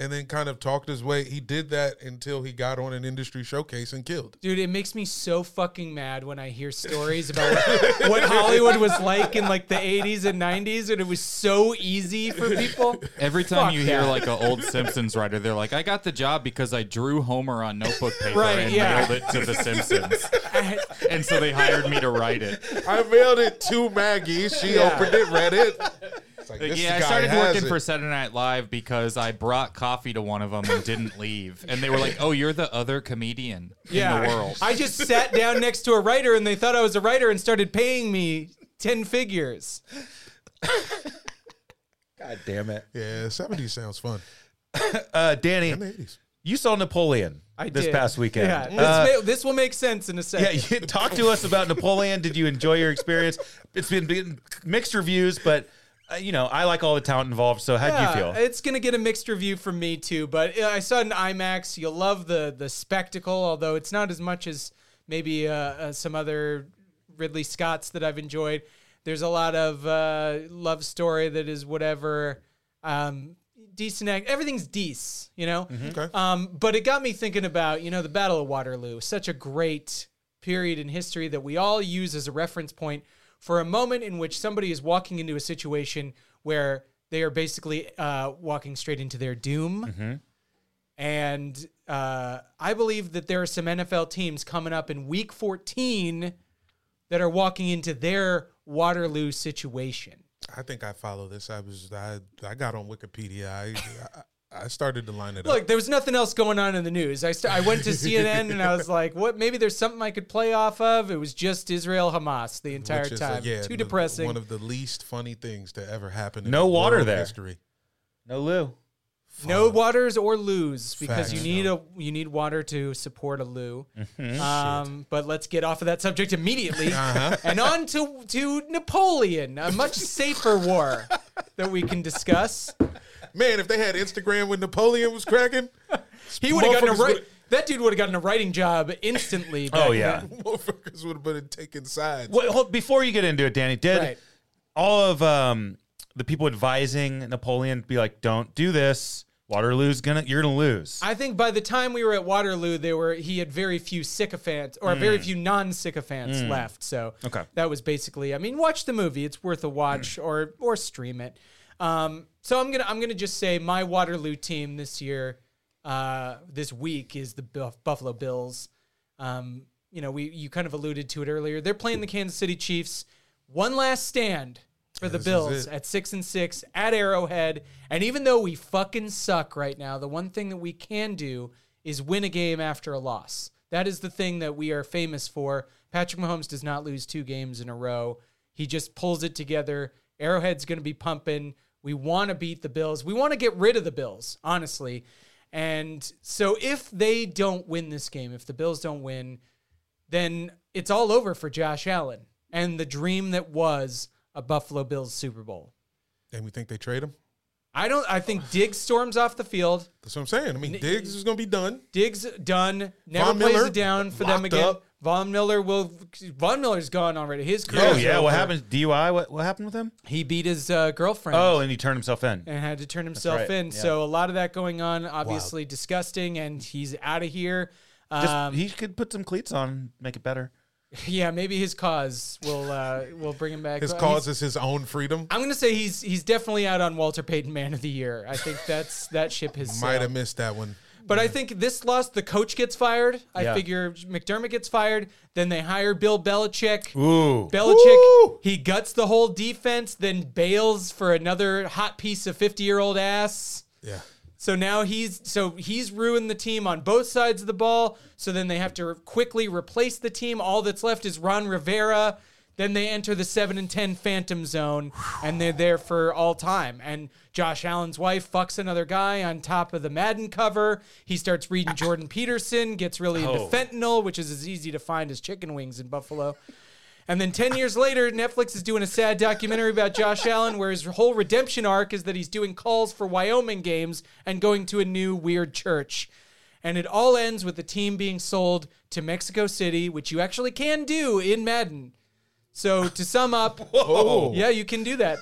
And then kind of talked his way. He did that until he got on an industry showcase and killed.
dude, it makes me so fucking mad when I hear stories about what, what Hollywood was like in like the '80s and '90s, and it was so easy for people.
Every time
Fuck
you hear
that.
like an old Simpsons writer, they're like, "I got the job because I drew Homer on notebook paper
Right,
and
yeah.
mailed it to the Simpsons, and so they hired me to write it."
I mailed it to Maggie. She opened it, read it. It's like, this
yeah, I
guy
started
has
working
it.
for Saturday Night Live because I brought coffee to one of them and didn't leave, and they were like, "Oh, you're the other comedian in the world."
I just sat down next to a writer and they thought I was a writer and started paying me 10 figures.
God damn it,
Yeah, 70s sounds fun.
uh, Danny.
In the 80s.
You saw Napoleon
I
this
did.
past weekend.
Yeah, this,
Uh,
ma- this will make sense in a
Yeah,
second.
you, talk to us about Napoleon. Did you enjoy your experience? It's been, been mixed reviews, but uh, you know I like all the talent involved. So how do you
Yeah,
feel?
Uh, It's gonna get a mixed review from me too, but uh, I saw it in IMAX. You'll love the the spectacle, although it's not as much as maybe uh, uh, some other Ridley Scotts that I've enjoyed. There's a lot of uh, love story that is whatever. Um, decent act. Everything's decent, you know.
Mm-hmm.
Okay.
Um, but it got me thinking about you know the Battle of Waterloo, such a great period in history that we all use as a reference point for a moment in which somebody is walking into a situation where they are basically uh, walking straight into their doom, and uh, I believe that there are some NFL teams coming up in Week 14 that are walking into their Waterloo situation.
I think I follow this. I was I I got on Wikipedia. I I, I started to line it
Look,
up.
there was nothing else going on in the news. I, st- I went to CNN and I was like, what? Maybe there's something I could play off of. It was just Israel Hamas the entire
which is, uh,
time.
yeah,
Too
the-
depressing.
One of the least funny things to ever happen. in
No
the
water
world
there.
History.
No Lou.
No waters or loos because you
Facts.
need a you need water to support a loo.
Mm-hmm.
Um, but let's get off of that subject immediately
Uh-huh.
and on to to Napoleon, a much safer war that we can discuss.
Man, if they had Instagram when Napoleon was cracking,
He would have gotten a
Motherfuckers
right.
would-
That dude would have gotten a writing job instantly. back
Oh, yeah.
then.
motherfuckers would have been taking sides.
Wait, hold, before you get into it, Danny, did
Right.
all of um, the people advising Napoleon be like, "Don't do this. Waterloo's gonna, you're gonna lose."
I think by the time we were at Waterloo, there were he had very few sycophants or very few non sycophants left. So
Okay.
that was basically. I mean, watch the movie; it's worth a watch, or or stream it. Um, so I'm gonna I'm gonna just say my Waterloo team this year, uh, this week is the Buff- Buffalo Bills. Um, you know, we you kind of alluded to it earlier. They're playing the Kansas City Chiefs. One last stand for the
This is
Bills
it.
at six and six at Arrowhead. And even though we fucking suck right now, the one thing that we can do is win a game after a loss. That is the thing that we are famous for. Patrick Mahomes does not lose two games in a row. He just pulls it together. Arrowhead's going to be pumping. We want to beat the Bills. We want to get rid of the Bills, honestly. And so if they don't win this game, if the Bills don't win, then it's all over for Josh Allen and the dream that was a Buffalo Bills Super Bowl.
And we think they trade him.
I don't. I think Diggs storms off the field.
That's what I'm saying. I mean, Diggs is going to be done.
Diggs done. Never
Von
plays
Miller
it down for them
locked
again.
up.
Von Miller will. Von Miller's gone already. His career.
oh
is
yeah, what
over.
happened? DUI? What what happened with him?
He beat his uh, girlfriend.
Oh, and he turned himself in.
and had to turn himself
right,
in.
yeah.
So a lot of that going on. Obviously disgusting, and he's out of here.
Just,
Um,
he could put some cleats on, and make it better.
yeah, maybe his cause will uh, will bring him back.
His
Well, he's-
cause is his own freedom.
I'm gonna say he's he's definitely out on Walter Payton Man of the Year. I think that's that ship has
Might
sailed.
have missed that one.
But I think this loss, the coach gets fired. I
Yeah.
figure McDermott gets fired. Then they hire Bill Belichick.
Ooh,
Belichick, he guts the whole defense, then bails for another hot piece of 50 year old ass.
Yeah.
So now he's so he's ruined the team on both sides of the ball. So then they have to quickly replace the team. All that's left is Ron Rivera. Then they enter the seven and ten phantom zone, and they're there for all time. And Josh Allen's wife fucks another guy on top of the Madden cover. He starts reading Jordan Peterson, gets really into
Oh.
fentanyl, which is as easy to find as chicken wings in Buffalo. And then 10 years later, Netflix is doing a sad documentary about Josh Allen where his whole redemption arc is that he's doing calls for Wyoming games and going to a new weird church. And it all ends with the team being sold to Mexico City, which you actually can do in Madden. So to sum up, yeah, you can do that.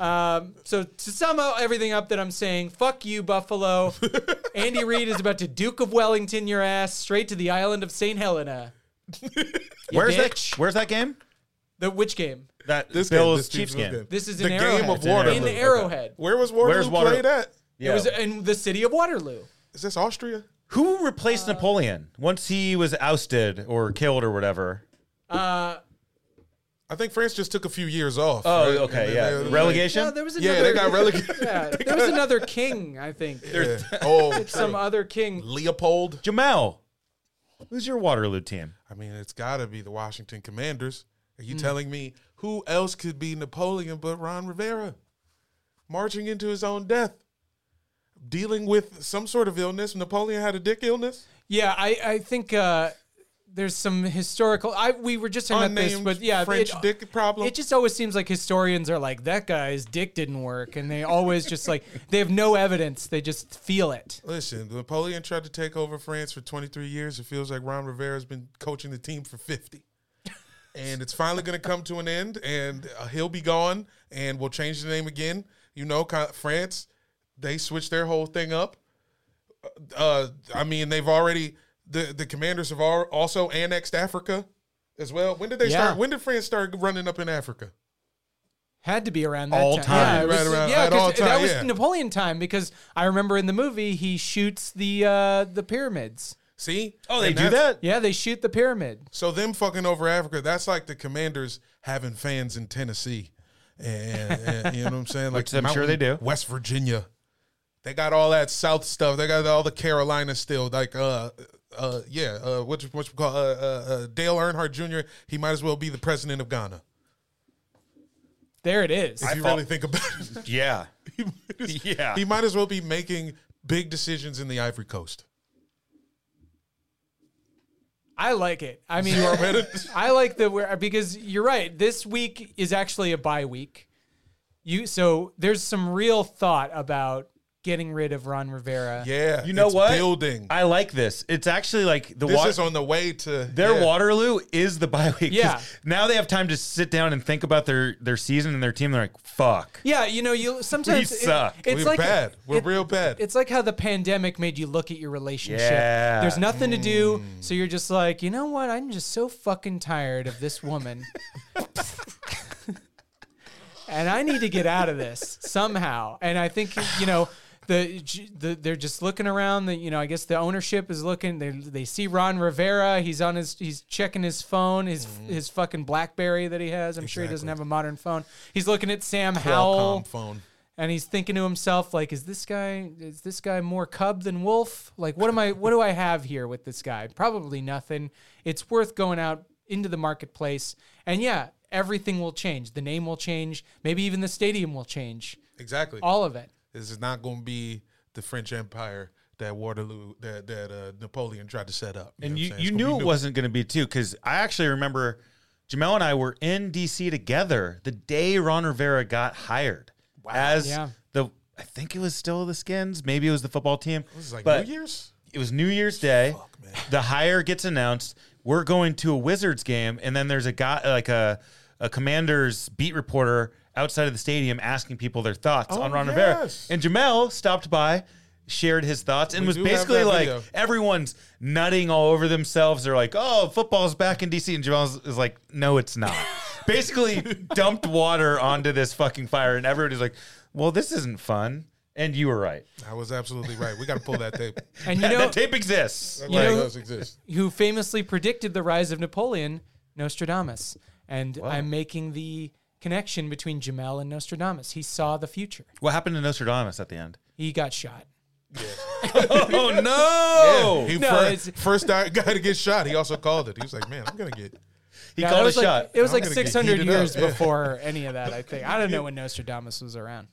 Um, so to sum up everything up that I'm saying, fuck you, Buffalo. Andy Reid is about to Duke of Wellington your ass straight to the island of St. Helena. You
where's
bitch.
that? Where's that game?
The which game?
That
This game,
Bills
this
Chiefs game.
This is
The
in
game
Arrowhead.
of
It's in
Waterloo.
In
Okay.
Arrowhead.
Where was Waterloo
Where's Waterloo?
played at?
Yeah.
It was in the city of Waterloo.
Is this Austria?
Who replaced Napoleon once he was ousted or killed or whatever?
Uh,
I think France just took a few years off.
Oh,
right? And
okay,
then
yeah.
they-
Relegation.
No, there was another.
Yeah, they got relegated.
Yeah, there was another king. I think
Yeah. Oh,
some uh,
true.
other king.
Leopold.
Jamal, who's your Waterloo team?
I mean, it's got to be the Washington Commanders. Are you telling me who else could be Napoleon but Ron Rivera? Marching into his own death, dealing with some sort of illness. Napoleon had a dick illness.
Yeah, I I think uh, there's some historical. I we were just talking about this,
Unnamed
but yeah,
French
it,
dick problem.
It just always seems like historians are like that guy's dick didn't work, and they always just like they have no evidence. They just feel it.
Listen, Napoleon tried to take over France for 23 years. It feels like Ron Rivera's been coaching the team for 50. And it's finally going to come to an end, and uh, he'll be gone, and we'll change the name again. You know, kind France, they switched their whole thing up. Uh, I mean, they've already the the commanders have al- also annexed Africa as well. When did they
Yeah.
start? When did France start running up in Africa?
Had to be around that
All
time.
time.
Yeah, it
Right
was-
around-
yeah,
at all
'cause that
time,
was
yeah.
Napoleon time because I remember in the movie he shoots the uh, the pyramids.
See?
Oh, they
And
do
that's-
that?
Yeah, they shoot the pyramid.
So them fucking over Africa, that's like the commanders having fans in Tennessee. And, and- you know what I'm saying? Like
Which I'm sure they do.
West Virginia. They got all that South stuff. They got all the Carolina still. Like uh uh yeah, uh what you, what you call uh, uh uh Dale Earnhardt Jr., he might as well be the president of Ghana.
There it is.
If you
thought-
really think about it.
Yeah. yeah.
He might as well be making big decisions in the Ivory Coast.
I like it. I mean, I like the where because you're right. This week is actually a bye week. You so there's some real thought about getting rid of Ron Rivera.
Yeah.
you know
it's
what?
Building.
I like this. It's actually like the
this
water.
is on the way to
their
yeah.
Waterloo is the bye week. 'cause
Yeah.
Now they have time to sit down and think about their their season and their team. They're like, fuck.
Yeah, you know, you sometimes
We suck.
it's
We're
like
bad. We're
it-
real bad.
It's like how the pandemic made you look at your relationship.
Yeah.
There's nothing to do, so you're just like, you know what? I'm just so fucking tired of this woman. and I need to get out of this somehow. And I think you know the the they're just looking around. The you know I guess the ownership is looking. They they see Ron Rivera. He's on his he's checking his phone. His his fucking BlackBerry that he has. I'm sure he doesn't have a modern phone. He's looking at Sam Howell.
Qualcomm phone.
And he's thinking to himself, like, is this guy is this guy more cub than wolf? Like, what am I? What do I have here with this guy? Probably nothing. It's worth going out into the marketplace, and yeah, everything will change. The name will change. Maybe even the stadium will change.
Exactly.
All of it.
This is not going to be the French Empire that Waterloo that that uh, Napoleon tried to set up.
And you,
know what I'm
you
saying? It's gonna
knew
be
it
new.
wasn't going to be too, because I actually remember Jamel and I were in DC together the day Ron Rivera got hired as
Yeah.
the. I think it was still the Skins, maybe it was the football team.
This is like
but
New Year's.
It was New Year's Day. The hire gets announced. We're going to a Wizards game, and then there's a guy like a a Commanders beat reporter outside of the stadium asking people their thoughts on Ron Rivera.
Oh, yes.
And Jamel stopped by, shared his thoughts, and was
do have
basically
that
like,
video.
everyone's nutting all over themselves. They're like, "Oh, football's back in DC," and Jamal is like, "No, it's not." Basically, dumped water onto this fucking fire, and everybody's like, "Well, this isn't fun." And you were right.
I was absolutely right. We got to pull that tape.
And you
That,
know
that tape exists.
That
You know-
does exist.
who famously predicted the rise of Napoleon? Nostradamus. And I'm making the connection between Jamel and Nostradamus. He saw the future.
What happened to Nostradamus at the end?
He got shot.
Oh no!
He
No,
first,
it's-
first guy guy to get shot. He also called it. He was like, "Man, I'm gonna get."
He
Yeah, it
called a
was like,
shot.
It was
I'm
like
gonna get
600
heated up,
years
yeah.
before any of that, I think. I don't know when Nostradamus was around.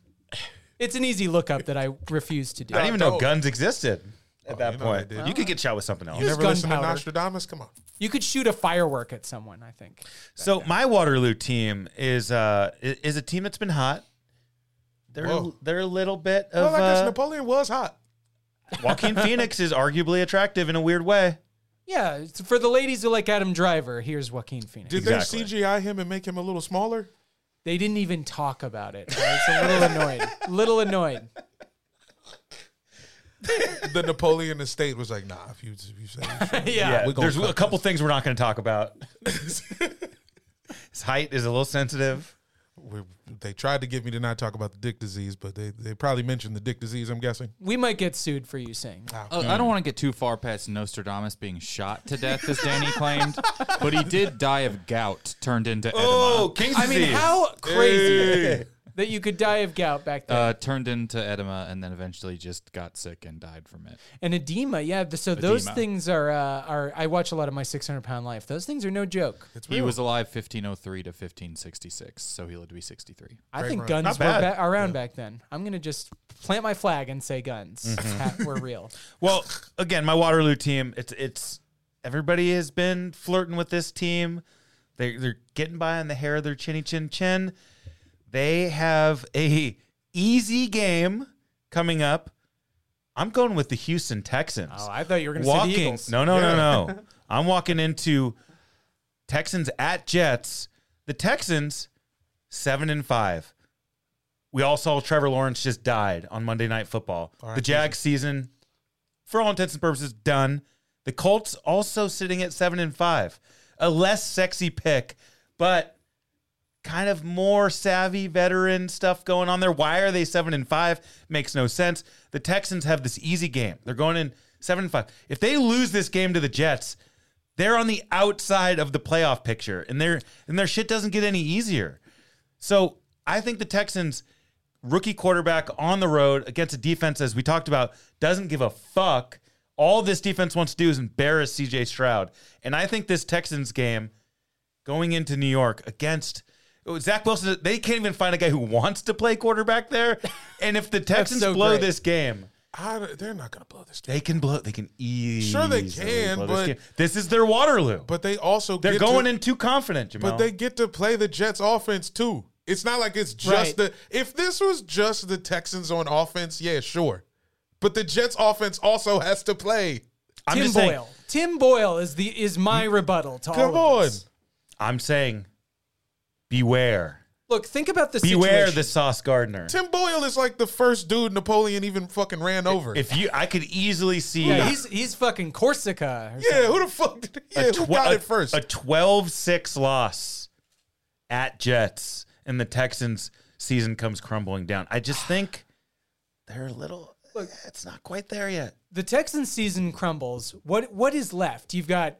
It's an easy lookup that I refuse to do.
I didn't even know guns existed at that
you know
point.
Oh, they did.
you could get shot with something else.
You never listen to
gunpowder.
Nostradamus. Come on.
You could shoot a firework at someone, I think.
So my Waterloo team is uh i- is a team that's been hot. They're
Whoa.
they're a little bit of
Well, I guess
uh,
Napoleon was hot.
Joaquin Phoenix is arguably attractive in a weird way.
Yeah, it's- for the ladies who like Adam Driver, here's Joaquin Phoenix.
Did
Exactly.
they CGI him and make him a little smaller?
they didn't even talk about it. I was a little annoyed. little annoyed.
The Napoleon estate was like, "Nah, if you if you say."
Yeah,
we gonna
there's a
cut
couple things we're not going to talk about. His height is a little sensitive.
we they tried to get me to not talk about the dick disease, but they, they probably mentioned the dick disease. I'm guessing.
We might get sued for you saying that.
Uh, I don't want to get too far past Nostradamus being shot to death, as Danny claimed, but he did die of gout turned into edema.
King's
I mean, how crazy that you could die of gout back then.
Uh, turned into edema and then eventually just got sick and died from it.
And edema, yeah. th- So those
Edema.
things are uh, are. I watch a lot of my 600 pound life. Those things are no joke.
He was alive 1503 to 1566, so he lived to be 63.
I think
run.
guns
Not
were
bad.
ba- around back then. I'm gonna just plant my flag and say guns
Mm-hmm.
ha- were real.
Well, again, my Waterloo team. It's it's everybody has been flirting with this team. They they're getting by on the hair of their chinny chin chin. They have a easy game coming up. I'm going with the Houston Texans.
Oh, I thought you were gonna say the
walking.
Eagles.
No, no, no, no. I'm walking into Texans at Jets. The Texans seven and five. We all saw Trevor Lawrence just died on Monday Night Football.
R.I.P.
The Jag season, for all intents and purposes, done. The Colts also sitting at seven and five. A less sexy pick, but kind of more savvy veteran stuff going on there. Why are they seven and five? Makes no sense. The Texans have this easy game. They're going in seven and five. If they lose this game to the Jets, they're on the outside of the playoff picture, and their and their shit doesn't get any easier. So I think the Texans rookie quarterback on the road against a defense, as we talked about, doesn't give a fuck. All this defense wants to do is embarrass CJ Stroud. And I think this Texans game going into New York against oh, Zach Wilson, they can't even find a guy who wants to play quarterback there. And if the Texans
so
blow
great.
this game,
I, they're not going to blow this.
they can blow. They can easily
Sure they can,
blow
but-
this, game. this is their Waterloo.
But they also
They're
get
going
to,
in too confident, Jamal.
But they get to play the Jets offense too. It's not like it's just
Right.
the if this was just the Texans on offense, yeah, sure. But the Jets offense also has to play.
I'm
Tim
just
Boyle.
saying.
Tim Boyle is the is my rebuttal to
Come
all of
on.
this.
I'm saying, beware,
Look, think about the
beware
situation.
the Sauce Gardner.
Tim Boyle is like the first dude Napoleon even fucking ran over.
If you, I could easily see
Yeah, he's he's fucking Corsica. or
yeah, who the fuck did yeah,
a,
who
tw-
got
a-
it first?
a 12-6 loss at Jets, and the Texans' season comes crumbling down. I just think they're a little. it's not quite there yet.
the Texans season crumbles. What what is left? You've got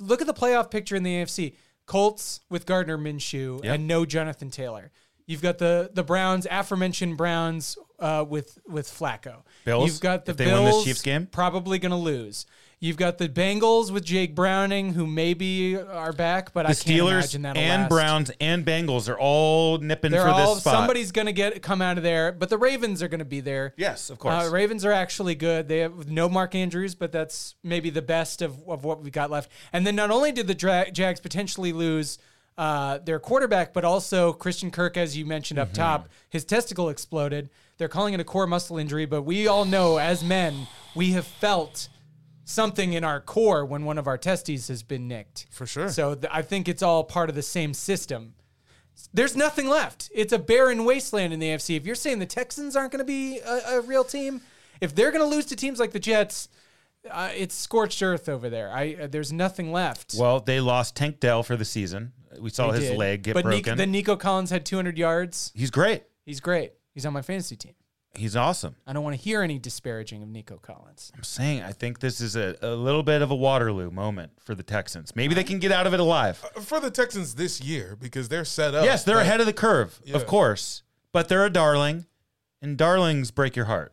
look at the playoff picture in the AFC. Colts with Gardner Minshew
Yep.
and no Jonathan Taylor. You've got the the Browns, aforementioned Browns uh, with with Flacco.
Bills,
You've got the
if they win
Bills.
this Chiefs game?
probably going to lose. You've got the Bengals with Jake Browning, who maybe are back, but I
The
can't
Steelers
imagine that'll
and
last.
Browns and Bengals are all nipping
They're
for
all
this spot.
somebody's going to get come out of there, but the Ravens are going to be there.
yes, of course.
Uh, Ravens are actually good. They have no Mark Andrews, but that's maybe the best of, of what we've got left. And then not only did the Dra- Jags potentially lose uh, their quarterback, but also Christian Kirk, as you mentioned
Mm-hmm.
up top, his testicle exploded. They're calling it a core muscle injury, but we all know as men, we have felt something in our core when one of our testes has been nicked.
For sure.
So th- I think it's all part of the same system. There's nothing left. It's a barren wasteland in the AFC. If you're saying the Texans aren't going to be a, a real team, if they're going to lose to teams like the Jets, uh, it's scorched earth over there. I uh, there's nothing left.
well, they lost Tank Dell for the season. We saw
They
his
did.
leg get
but Nico-
broken.
then Nico Collins had 200 yards.
he's great.
He's great. He's on my fantasy team.
He's awesome.
I don't want to hear any disparaging of Nico Collins.
I'm saying I think this is a, a little bit of a Waterloo moment for the Texans. Maybe they can get out of it alive.
Uh,
For the Texans this year, because they're set up.
yes, they're
like,
ahead of the curve,
Yeah.
of course, but they're a darling, and darlings break your heart.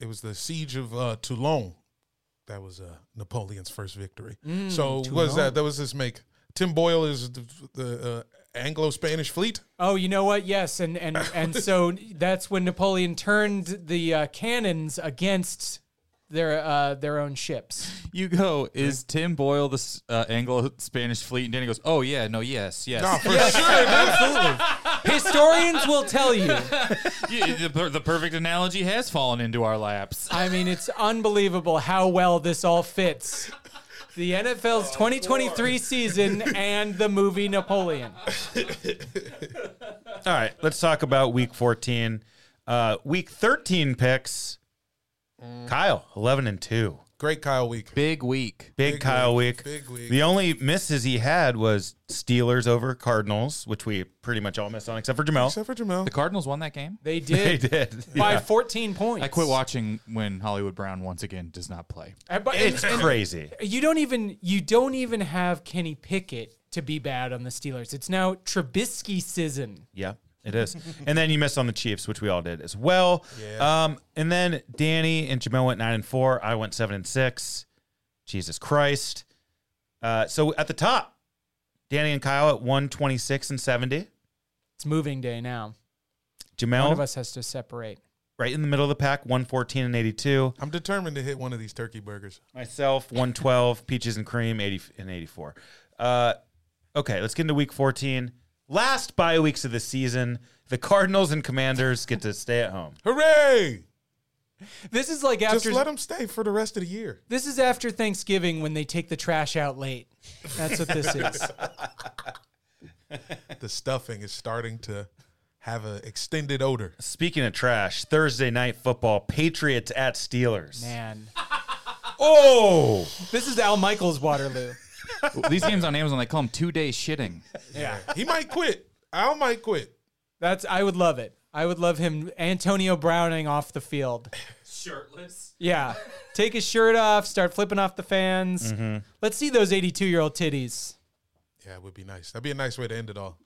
it was the siege of uh, Toulon. That was uh, Napoleon's first victory. so what is that? That was this make. Tim Boyle is the, the uh, Anglo-Spanish fleet.
Oh, you know what? Yes, and and and so that's when Napoleon turned the uh, cannons against their uh, their own ships.
You go, is Tim Boyle the s- uh, Anglo Spanish fleet? And Danny goes, oh, yeah, no, yes, yes.
Oh, for sure, absolutely.
Historians will tell you.
You- the, per- the perfect analogy has fallen into our laps.
I mean, it's unbelievable how well this all fits. The NFL's 2023 season and the movie Napoleon.
All right, let's talk about Week 14, uh, Week 13 picks.
Mm.
Kyle, 11 and two,
Great Kyle week.
Big week.
big,
Big
Kyle
week,
week.
big week.
The only misses he had was Steelers over Cardinals, which we pretty much all missed on except for Jamel.
Except for Jamel.
The Cardinals won that game.
They
they
did,
did.
by
Yeah.
14 points.
I quit watching when Hollywood Brown once again does not play.
And- and-
It's
and-
crazy.
you don't even you don't even have Kenny Pickett to be bad on the Steelers. It's now Trubisky season.
Yeah, it is. and then you missed on the Chiefs, which we all did as well.
Yeah.
Um, and then Danny and Jamel went nine and four. I went seven and six. Jesus Christ. Uh, so at the top, Danny and Kyle at one twenty six and seventy.
It's moving day now. One of
Jamel
us has to separate.
right in the middle of the pack, one fourteen and eighty two.
I'm determined to hit one of these turkey burgers.
Myself one twelve. Peaches and cream eighty and eighty four. Uh, okay, let's get into week fourteen. Last bye weeks of the season, the Cardinals and Commanders get to stay at home.
Hooray!
This is like
Just
after
let them stay for the rest of the year.
this is after Thanksgiving when they take the trash out late. That's what this is.
The stuffing is starting to have an extended odor.
Speaking of trash, Thursday night football, Patriots at Steelers.
Man.
Oh,
This is Al Michaels Waterloo.
These games on Amazon, they call them two day shitting.
Yeah.
He might quit. Al might quit.
That's I would love it. I would love him Antonio Browning off the field.
Shirtless.
Yeah. Take his shirt off, start flipping off the fans.
Mm-hmm.
Let's see those 82-year-old titties.
Yeah, it would be nice. That'd be a nice way to end it all.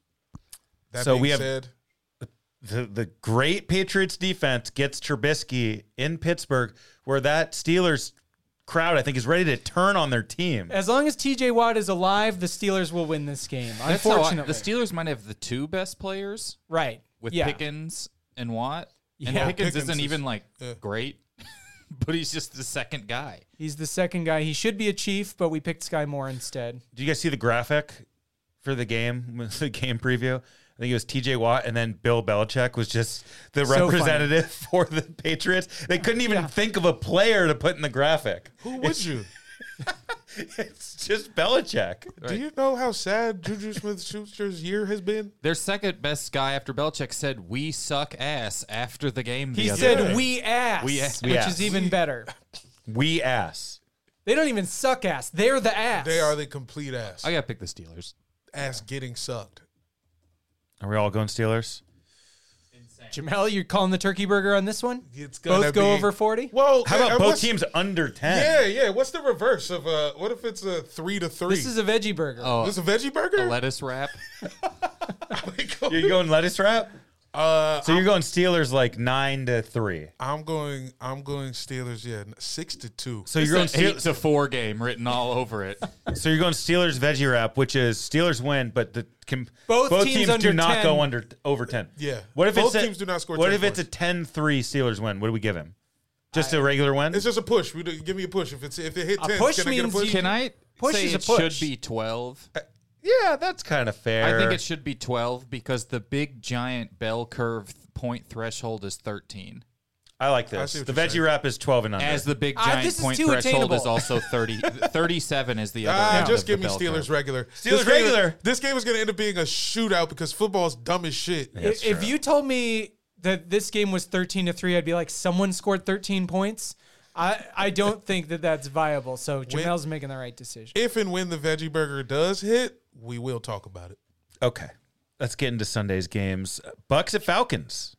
That
So
being
we have-
said,
the, the great Patriots defense gets Trubisky in Pittsburgh, where that Steelers crowd, I think, is ready to turn on their team.
As long as TJ Watt is alive, the Steelers will win this game.
That's how I,
unfortunately.
the Steelers might have the two best players
right.
with
yeah.
Pickens and Watt. And
Yeah.
Pickens,
Pickens
isn't
is-
even like
yeah.
great, but he's just the second guy.
He's the second guy. He should be a chief, but we picked Sky Moore instead.
Do you guys see the graphic for the game, the game preview? I think it was TJ Watt and then Bill Belichick was just the
So funny.
representative for the Patriots. They couldn't even think of a player to put in the graphic.
who would you?
It's just Belichick.
Do you know how sad Juju Smith Schuster's year has been?
Their second best guy after Belichick said, "We suck ass." After the game, the
He
other
said
day.
we ass,
We ass.
which
We ass.
is even better.
We ass.
They don't even suck ass. They're the ass.
They are the complete ass.
"I gotta pick the Steelers."
ass getting sucked.
Are we all going Steelers?
Jamel, you're calling the turkey burger on this one?
It's gonna
Both go
be-
over 40?
Well,
How about
uh,
both
what's-
teams under 10?
Yeah, yeah. What's the reverse of uh what if it's a three to three?
This is a veggie burger.
Oh,
This a veggie burger? oh.
a lettuce wrap.
You're going lettuce wrap?
Uh,
So you're going Steelers like 9 to 3.
I'm going. I'm going Steelers. Yeah, n- six to two.
So
It's
you're going
an eight
Steelers.
to four game written all over it.
So you're going Steelers veggie wrap, which is Steelers win, but the com-
Both teams
do
under
not
10.
go under over ten.
Yeah.
What if it's
Both
a-
teams do not score
What
10
if it's a 10-3 Steelers win? What do we give him? Just a regular win?
It's just a push. We do, give me a push. If it's if it hit
A
ten,
push
can I get a
means
push?
you-
Can I
Push
say
is a
it
push.
should be twelve?
yeah, that's kind of fair.
I think it should be twelve because the big giant bell curve th- point threshold is thirteen.
I like
I
this.
see
The
what
veggie
you're saying.
wrap is twelve and under.
As the big
Ah,
giant
this is
point
too
threshold is
attainable.
also 30, 37 is the other.
Ah,
end
just
of
give me
the bell
Steelers
curve.
regular. Steelers
Steelers regular.
this game is going to end up being a shootout because football's dumb as shit.
if if you told me that this game was 13 to 3, I'd be like, someone scored 13 points. I, I don't think that that's viable. So Jamel's making the right decision.
If and when the veggie burger does hit, we will talk about it.
okay, let's get into Sunday's games. Bucks at Falcons.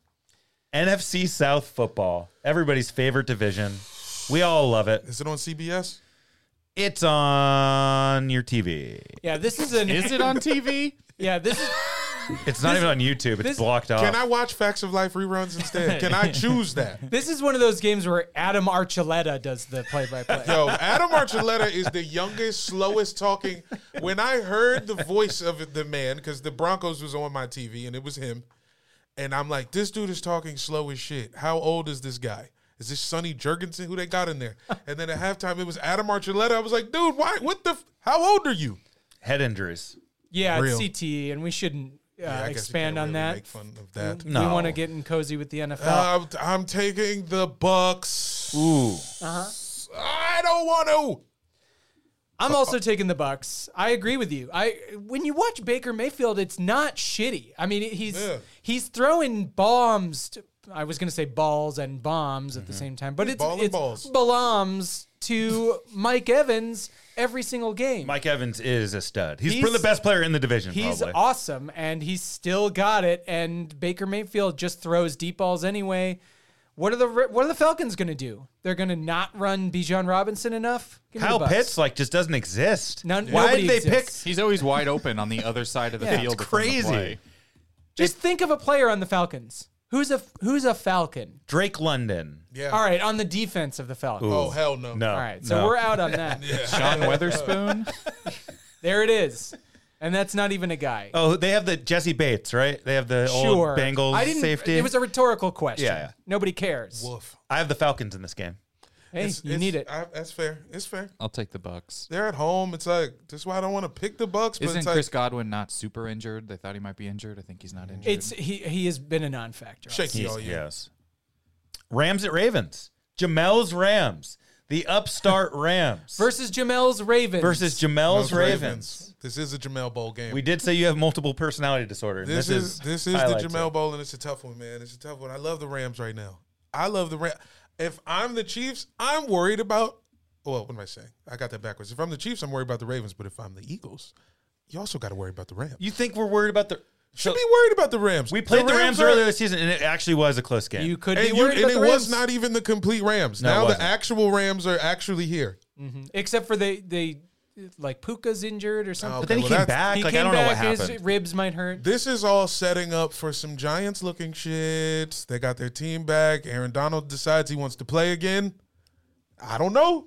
NFC South football, everybody's favorite division. We all love it.
Is it on CBS?
It's on your TV.
yeah, this is an.
Is it on TV?
Yeah, this is.
It's not even on YouTube. It's
this-
blocked off.
Can
Oh.
I watch Facts of Life reruns instead? Can I choose that?
This is one of those games where Adam Archuleta does the play-by-play.
Yo, Adam Archuleta is the youngest, slowest talking. When I heard the voice of the man, because the Broncos was on my TV and it was him, and I'm like, this dude is talking slow as shit. How old is this guy? Is this Sonny Jurgensen who they got in there? And then at halftime, it was Adam Archuleta. I was like, dude, why? What the? F- how old are you?
Head injuries.
Yeah,
Real.
it's CTE, and we shouldn't uh,
I guess you
expand
can't
on
really
that.
Make fun of that.
No.
We want to get in cozy with the NFL.
Uh, I'm taking the Bucks.
Ooh.
I don't want
I'm also taking the Bucks. I agree with you. I when you watch Baker Mayfield, it's not shitty. I mean, he's
Yeah.
he's throwing bombs. To, I was going to say balls and bombs at the same time, but it's
Mm-hmm. ball and
it's
balls.
balams to Mike Evans every single game.
Mike Evans is a stud. He's,
He's-
probably the best player in the division.
He's
probably.
awesome, and he's still got it. And Baker Mayfield just throws deep balls anyway. What are the What are the Falcons going to do? They're going to not run Bijan Robinson enough. Give me the
Kyle
Bucks.
Pitts like just doesn't exist.
None-
Why
nobody
did they
exists.
He's always wide open on the other side of the
Yeah. It's
field. from the
crazy.
play.
Just think of a player on the Falcons. Who's a Who's a Falcon?
pick Drake London?
to. Yeah.
All right, on the defense of the Falcons.
Oh hell no.
No.
All right, so
no.
we're out on that.
Sean Weatherspoon.
There it is, and that's not even a guy.
Oh, they have the Jesse Bates, right? They have the
sure,
old Bengals
I didn't,
safety.
It was a rhetorical question.
Yeah, yeah.
nobody cares.
Woof.
I have the Falcons in this game.
hey,
It's-
you
it's-
need it.
I, that's fair. It's fair.
I'll take the Bucks.
They're at home. It's like that's why I don't want to pick the Bucks. But
Isn't
it's like
Chris Godwin not super injured? They thought he might be injured. I think he's not injured.
It's he. He has been a non-factor.
shaky all year.
Yes. Rams at Ravens. Jamel's Rams. The upstart Rams
versus Jamel's Ravens
versus Jamel's
Those
Ravens.
This is a Jamel Bowl game.
We did say you have multiple personality disorder. and
this, is, this is the
highlights it.
Jamel Bowl, and it's a tough one, man. It's a tough one. I love the Rams right now. I love the Rams. If I'm the Chiefs, I'm worried about well, what am I saying? I got that backwards. If I'm the Chiefs, I'm worried about the Ravens. But if I'm the Eagles, you also got to worry about the Rams.
You think we're worried about the?
should
So
be worried about the Rams.
we played the Rams,
are-
earlier this season, and it actually was a close game.
You could
And,
be
you-
worried
and
about
it
the
was
Rams.
not even the complete Rams.
No, it
now the
wasn't.
actual Rams are actually here.
except for they they like Puka's injured or something.
Okay,
but then
well,
he came
that's-
back.
He
Oh, like
came
I don't know what
back, his
happened.
ribs might hurt.
This is all setting up for some Giants looking shit. They got their team back. Aaron Donald decides he wants to play again. I don't know.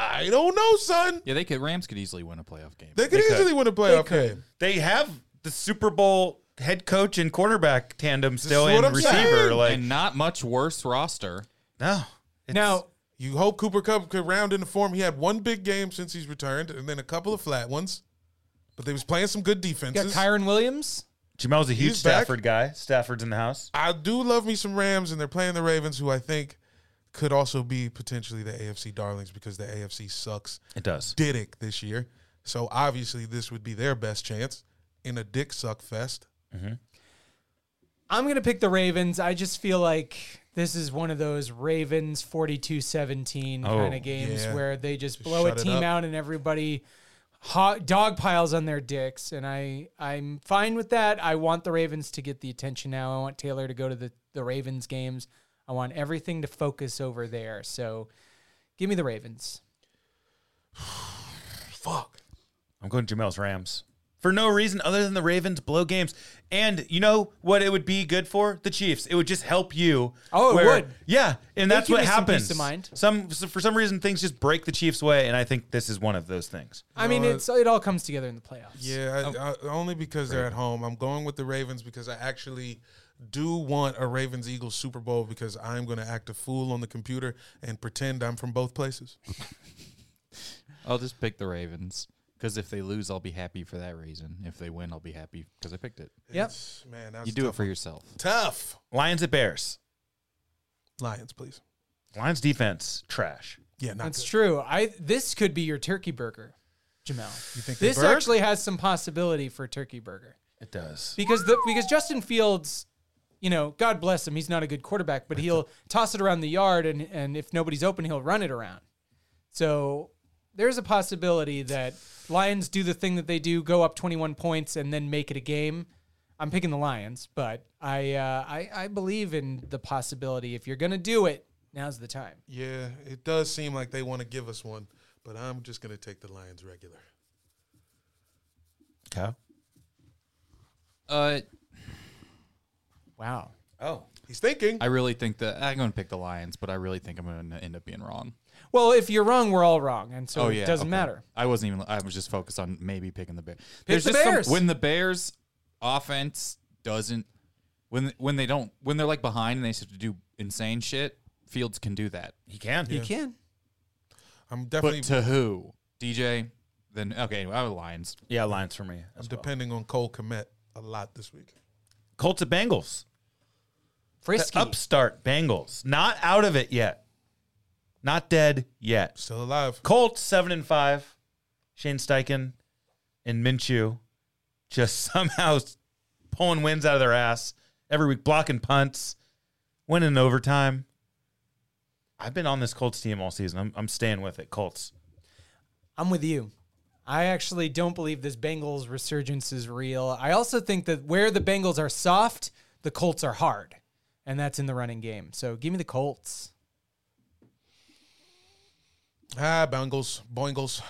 I don't know, son.
Yeah, they could. Rams could easily win a playoff game.
They could
They could.
easily win a playoff game.
They have the Super Bowl head coach and quarterback tandem still
is what
in
I'm
receiver.
saying.
Like
and not much worse roster.
no, it's-
Now
You hope Cooper Cup could round into form. He had one big game since he's returned, and then a couple of flat ones. But they was playing some good
you got
defenses.
Kyron Williams.
Jamel's a huge
He's back.
Stafford guy. Stafford's in the house.
I do love me some Rams, and they're playing the Ravens, who I think could also be potentially the AFC darlings because the AFC sucks
It does.
Diddick this year. So obviously, this would be their best chance in a dick suck fest.
I'm gonna pick the Ravens. I just feel like this is one of those Ravens 42-17
Oh,
kind of games
yeah.
where they just blow a
shut it
team
up.
out and everybody hot dog piles on their dicks. And I I'm fine with that. I want the Ravens to get the attention now. I want Taylor to go to the the Ravens games. I want everything to focus over there. So give me the Ravens.
Fuck.
I'm going Jamel's Rams. For no reason other than the Ravens blow games. And you know what it would be good for? The Chiefs. It would just help you.
Oh, it would.
Yeah, and that's
give
what
you some
happens.
peace of mind.
Some so for some reason things just break the Chiefs' way, and I think this is one of those things.
I mean, it's it all comes together in the playoffs.
Yeah, I, I, only because they're at home. I'm going with the Ravens because I actually do want a Ravens Eagles Super Bowl because I'm going to act a fool on the computer and pretend I'm from both places.
I'll just pick the Ravens because if they lose, I'll be happy for that reason. If they win, I'll be happy because I picked it.
Yep.
Man, that's
You do it for yourself.
tough.
Lions at Bears.
Lions, please.
Lions defense trash.
Yeah, not
That's
good.
true. I this could be your turkey burger, Jamel.
You think they
This
burn?
actually has some possibility for turkey burger
It does.
because the because Justin Fields, you know, God bless him, he's not a good quarterback, but he'll toss it around the yard and and if nobody's open, he'll run it around. So there's a possibility that Lions do the thing that they do, go up 21 points and then make it a game. I'm picking the Lions, but I uh, I, I believe in the possibility. If you're gonna do it, now's the time.
Yeah, it does seem like they want to give us one, but I'm just going to take the Lions regular.
Cow.
Uh,
Wow.
Oh.
He's thinking.
I really think that I'm going to pick the Lions, but I really think I'm going to end up being wrong.
Well, if you're wrong, we're all wrong, and so
oh yeah,
it doesn't
okay.
matter.
I wasn't even. I was just focused on maybe picking the Bears.
the Bears.
when the Bears offense doesn't when when they don't when they're like behind and they just have to do insane shit. Fields can do that,
He can.
You can.
I'm
but
definitely
to who? DJ. Then okay, anyway, I have the Lions.
Yeah, Lions for me.
I'm depending on Cole Komet a lot this week.
Colts at Bengals. The
Frisky.
upstart Bengals. Not out of it yet. Not dead yet.
Still alive.
Colts seven and five. Shane Steichen and Minshew just somehow pulling wins out of their ass every week, blocking punts, winning in overtime. I've been on this Colts team all season. I'm, I'm staying with it. Colts.
I'm with you. I actually don't believe this Bengals resurgence is real. I also think that where the Bengals are soft, the Colts are hard, and that's in the running game. So give me the Colts.
Ah, Bengals, Boingles.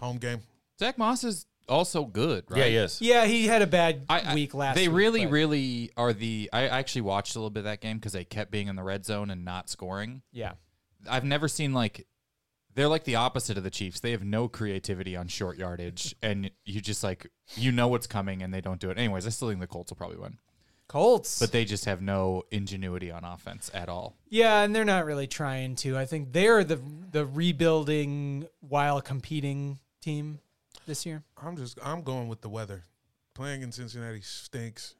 Home game.
Zach Moss is also good, right?
yes.
Yeah, he had a bad
I, I-
week last.
They
week,
really,
but-
really are the. I actually watched a little bit of that game because they kept being in the red zone and not scoring.
yeah.
I've never seen like they're like the opposite of the Chiefs. They have no creativity on short yardage, and you just like you know what's coming, and they don't do it. Anyways, I still think the Colts will probably win,
Colts.
but they just have no ingenuity on offense at all.
yeah, and they're not really trying to. I think they're the the rebuilding while competing team this year.
I'm just I'm going with the weather. Playing in Cincinnati stinks.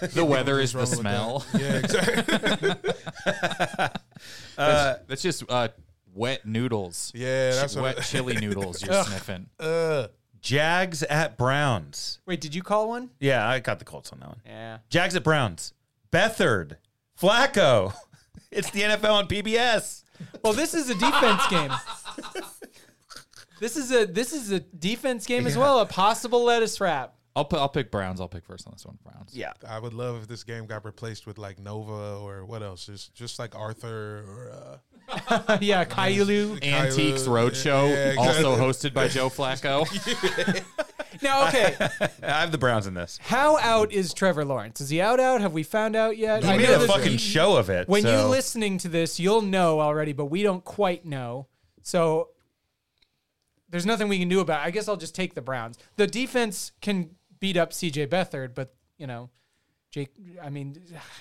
The weather is the
What's wrong
smell.
with that? Yeah, exactly.
That's, that's just uh, wet noodles.
Yeah, that's what
wet
I-
chili noodles you're sniffing.
uh,
Jags at Browns.
Wait, did you call one?
Yeah, I got the Colts on that one.
Yeah.
Jags at Browns. Bethard. Flacco. It's the NFL on PBS.
Well, this is a defense game. This is a this is a defense game as well. A possible lettuce wrap.
I'll put. I'll pick Browns. I'll pick first on this one. Browns.
Yeah.
I would love if this game got replaced with like Nova or what else? Just just like Arthur or uh,
yeah, Kyulu.
Antiques
Kylo-
Roadshow,
Yeah, exactly.
also hosted by Joe Flacco.
Now, okay,
I have the Browns in this.
how out is Trevor Lawrence? Is he out? Out? Have we found out yet?
He
I
made
know
a
this-
fucking show of it.
When
so.
you're listening to this, you'll know already, but we don't quite know. So there's nothing we can do about. it. I guess I'll just take the Browns. The defense can beat up C.J. Beathard, but you know, Jake. I mean,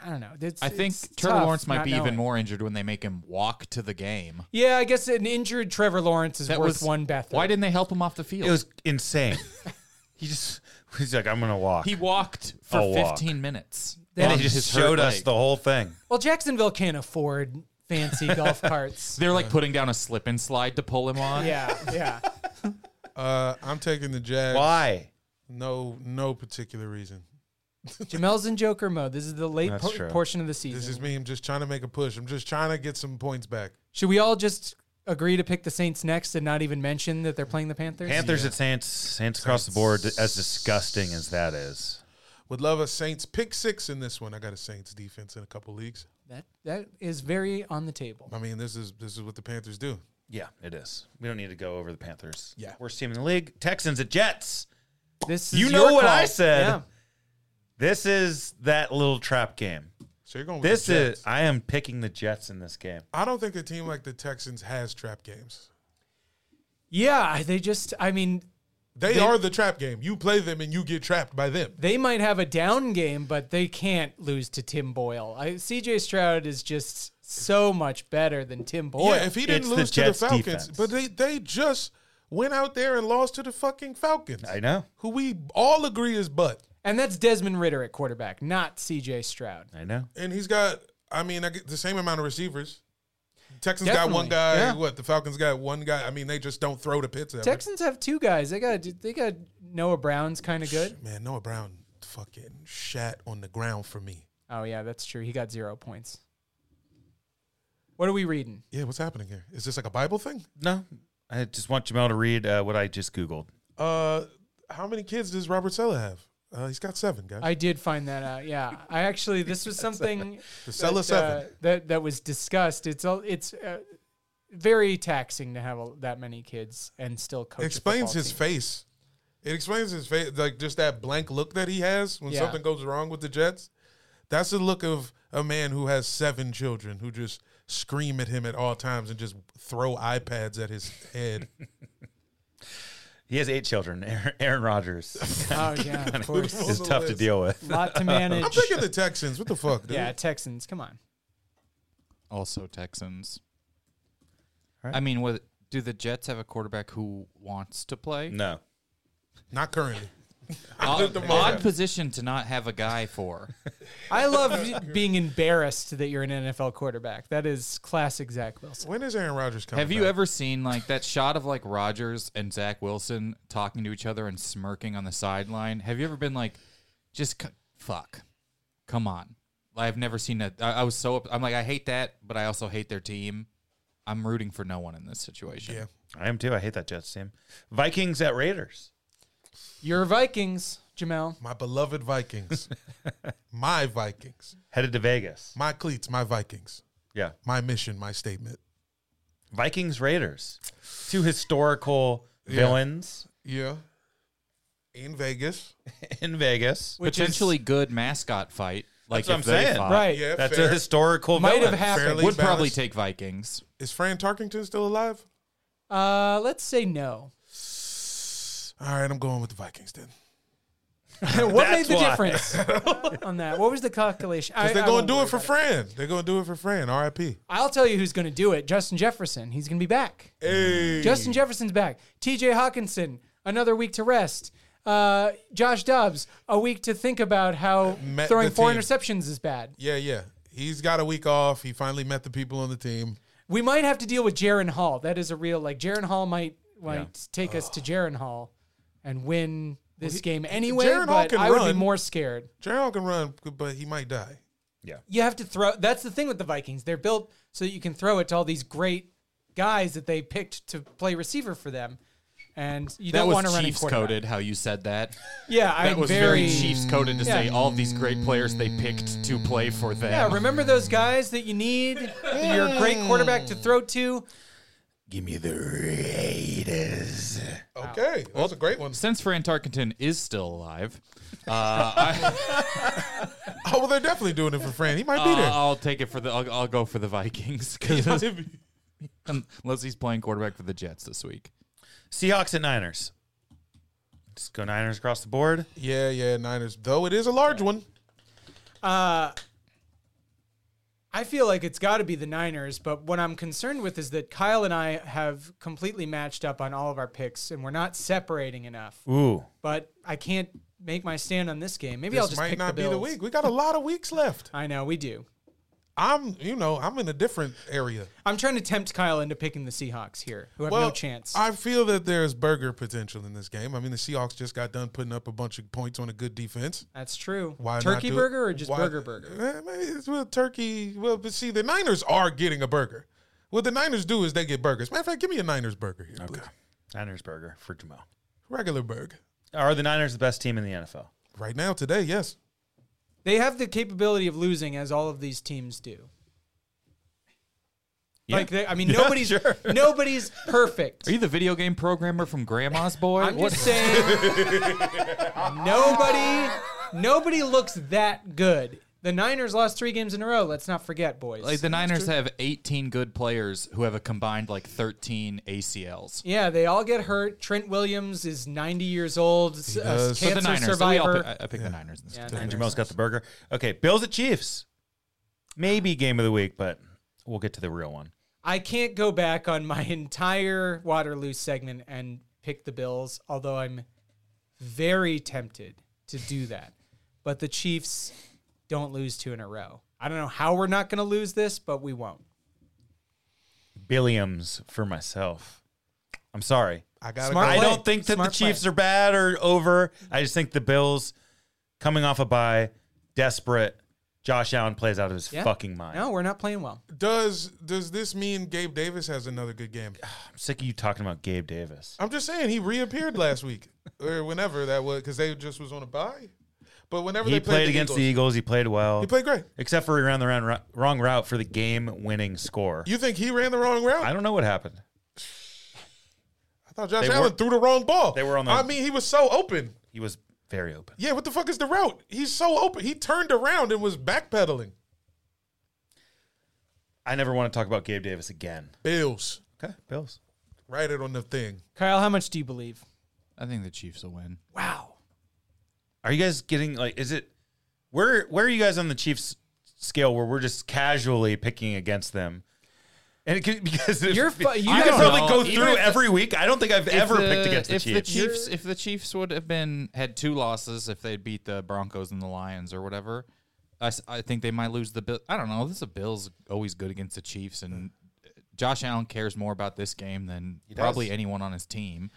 I don't know. It's,
I think
it's
Trevor
tough
Lawrence might
not
be
knowing.
even more injured when they make him walk to the game.
Yeah, I guess an injured Trevor Lawrence is
That
worth
was
one Beathard.
Why didn't they help him off the field?
It was insane. he just he's like, I'm gonna walk.
he walked for
I'll walk.
15 minutes.
Then
and
he
he
on
just
his hurt
showed us
leg.
the whole thing.
well, Jacksonville can't afford fancy golf carts.
They're like putting down a slip and slide to pull him on.
Yeah, yeah.
uh, I'm taking the Jags.
Why?
No, no particular reason.
Jamel's in Joker mode. This is the late
That's
po-
true.
portion of the season.
This is me. I'm just trying to make a push. I'm just trying to get some points back.
Should we all just agree to pick the Saints next and not even mention that they're playing the Panthers?
Panthers at Saints, Saints across the board, as disgusting as that is.
Would love a Saints pick six in this one. I got a Saints defense in a couple leagues.
That that is very on the table.
I mean, this is this is what the Panthers do.
Yeah, it is. We don't need to go over the Panthers.
Yeah.
Worst team in the league. Texans at Jets.
This is
You know
your
what
call.
I said.
Yeah.
This is that little trap game.
So you're going. With
This
the Jets.
is I am picking the Jets in this game.
I don't think a team like the Texans has trap games.
Yeah, they just I mean,
They,
They-
are the trap game. You play them and you get trapped by them.
they might have a down game, but they can't lose to Tim Boyle. I, CJ Stroud is just so much better than Tim Boyle.
yeah, if he
it's
didn't
the
lose to the
Jets'
Falcons,
defense.
but they they just went out there and lost to the fucking Falcons,
I know.
who we all agree is butt.
and that's Desmond Ritter at quarterback, not CJ Stroud.
I know.
And he's got, I mean, I get the same amount of receivers. Texans got one
Definitely,
guy.
yeah.
What the Falcons got one guy. I mean, they just don't throw the pits at him.
Texans have two guys. They got they got Noah Brown's kind of good.
Man, Noah Brown fucking shat on the ground for me.
Oh yeah, that's true. He got zero points. What are we reading?
Yeah, what's happening here? Is this like a Bible thing?
No. I just want Jamel to read uh, what I just Googled.
Uh, how many kids does Robert Sella have? Uh, he's got seven, guys.
I did find that out. Yeah, I actually this was something
The Sella
that, uh,
seven.
that that was discussed. It's all it's uh, very taxing to have a, that many kids and still coach. a
explains
football
his
team.
face. It explains his face, like just that blank look that he has when
Yeah.
something goes wrong with the Jets. That's the look of a man who has seven children who just scream at him at all times and just throw iPads at his head.
He has eight children. Aaron, Aaron Rodgers
Oh yeah, of course.
is
the
tough to
list.
deal with.
Lot to manage.
I'm picking the Texans. What the fuck, dude?
yeah, Texans. Come on.
Also Texans.
Right.
I mean, what do the Jets have a quarterback who wants to play?
No.
Not currently.
Odd,
the
odd
moment.
position to not have a guy for.
I love being embarrassed that you're an NFL quarterback. That is classic Zach Wilson.
When is Aaron Rodgers coming?
Have you
back?
ever seen like that shot of like Rogers and Zach Wilson talking to each other and smirking on the sideline? Have you ever been like, just c- fuck, come on? I've never seen that. I, I was so up- I'm like I hate that, but I also hate their team. I'm rooting for no one in this situation.
Yeah.
I am too. I hate that Jets team. Vikings at Raiders.
Your Vikings, Jamel.
My beloved Vikings. my Vikings.
Headed to Vegas.
My cleats, my Vikings.
Yeah.
My mission, my statement.
Vikings Raiders. Two historical villains
Yeah. In Vegas.
in Vegas.
Which is-
Potentially good mascot fight. Like
That's what
if
I'm
they
saying.
fought.
right.
Uh, Yeah,
That's
fair.
a historical
Might
villain.
have happened.
Fairly
Would probably
balanced.
take Vikings.
Is Fran Tarkington still alive?
Uh, let's say no.
All right, I'm going with the Vikings then.
what made
That's
the
why.
difference on that? What was the calculation? I-
Because they're
I
going
won't
to do
worry
it for
about
Fran. They're going to do it for Fran. RIP.
I'll tell you who's going to do it. Justin Jefferson. He's going to be back.
Hey.
Justin Jefferson's back. T.J. Hawkinson. Another week to rest. Uh, Josh Dobbs. A week to think about how
Met
throwing
the
four
team.
interceptions is bad.
Yeah, yeah. He's got a week off. He finally met the people on the team.
We might have to deal with Jaron Hall. That is a real like. Jaron Hall might might take us to Jaron Hall and win this game anyway.
Jaron Hall
but
can
I would be
run.
more scared.
Gerald can run, but he might die.
Yeah.
you have to throw. That's the thing with the Vikings. They're built so that you can throw it to all these great guys that they picked to play receiver for them. And you
That
don't want to
was
run
Chiefs coded. How you said that?
Yeah,
That
I'm
was
very,
very, Chiefs coded to
yeah.
say all of these great players they picked to play for them.
Yeah, remember those guys that you need that you're a great quarterback to throw to.
Give me the Raiders.
Okay, that was a great one.
Since Fran Tarkenton is still alive, uh, I,
Oh, well, they're definitely doing it for Fran. He might be
uh,
there.
I'll take it for the. I'll, I'll go for the Vikings 'cause- unless he's playing quarterback for the Jets this week.
Seahawks at Niners. Just go Niners across the board.
yeah, yeah, Niners. Though it is a large one.
Uh, I feel like it's got to be the Niners, but what I'm concerned with is that Kyle and I have completely matched up on all of our picks, and we're not separating enough.
Ooh.
But I can't make my stand on this game. Maybe I'll
This
just
might
pick
not
the
be
Bills.
the week. We got a lot of weeks left.
I know we do.
I'm, you know, I'm in a different area.
I'm trying to tempt Kyle into picking the Seahawks here, who have no chance.
I feel that there's burger potential in this game. I mean, the Seahawks just got done putting up a bunch of points on a good defense.
That's true.
Why not
Turkey
do it-
burger or just
why-
burger burger?
Eh, man, it's well, turkey. Well, but see, the Niners are getting a burger. What the Niners do is they get burgers. Matter of fact, give me a Niners burger here, please.
Niners burger for Jamal.
Regular burger.
Are the Niners the best team in the NFL?
Right now, today, yes.
They have the capability of losing, as all of these teams do. Like they, I mean,
Yeah,
nobody's
sure.
nobody's perfect.
Are you the video game programmer from Grandma's Boy?
I'm just saying, nobody nobody looks that good. The Niners lost three games in a row. Let's not forget, boys.
Like the Niners have 18 good players who have a combined like 13 ACLs.
yeah, they all get hurt. Trent Williams is 90 years old, s- a
does.
cancer
the Niners. so we all
survivor.
pick- I, I pick the Niners. In this
Yeah,
game.
And Jamal's got the burger. Okay, Bills at Chiefs. Maybe game of the week, but we'll get to the real one.
I can't go back on my entire Waterloo segment and pick the Bills, although I'm very tempted to do that. But the Chiefs don't lose two in a row. I don't know how we're not going to lose this, but we won't.
Billiams for myself. I'm sorry.
I got
Smart
I
play.
don't think that
Smart
the
play.
Chiefs are bad or over. I just think the Bills coming off a bye, desperate. Josh Allen plays out of his
Yeah.
fucking mind.
No, we're not playing well.
Does does this mean Gabe Davis has another good game?
I'm sick of you talking about Gabe Davis.
I'm just saying he reappeared last week or whenever that was because they just was on a bye. But whenever
He
they played,
played
the
against the
Eagles,
Eagles. He played well.
he played great.
except for he ran the wrong, ru- wrong route for the game-winning score.
You think he ran the wrong route?
I don't know what happened.
I thought Josh
They
Allen
were-
threw the wrong ball.
They were on the-
I mean, he was so open.
He was very open.
Yeah, what the fuck is the route? He's so open. He turned around and was backpedaling.
I never want to talk about Gabe Davis again.
Bills.
Okay, Bills.
Write it on the thing.
Kyle, how much do you believe?
I think the Chiefs will win.
Wow.
Are you guys getting like? Is it where? Where are you guys on the Chiefs scale? Where we're just casually picking against them? And it could, because if,
You're fu- you
I could
guys-
probably
No,
go
even
through
if-
every week. I don't think I've ever
If
picked against the
if
Chiefs.
If the Chiefs would have been had two losses, if they'd beat the Broncos and the Lions or whatever, I, s- I think they might lose the Bill. I don't know. This is a Bills always good against the Chiefs, and uh, Josh Allen cares more about this game than probably anyone on his team,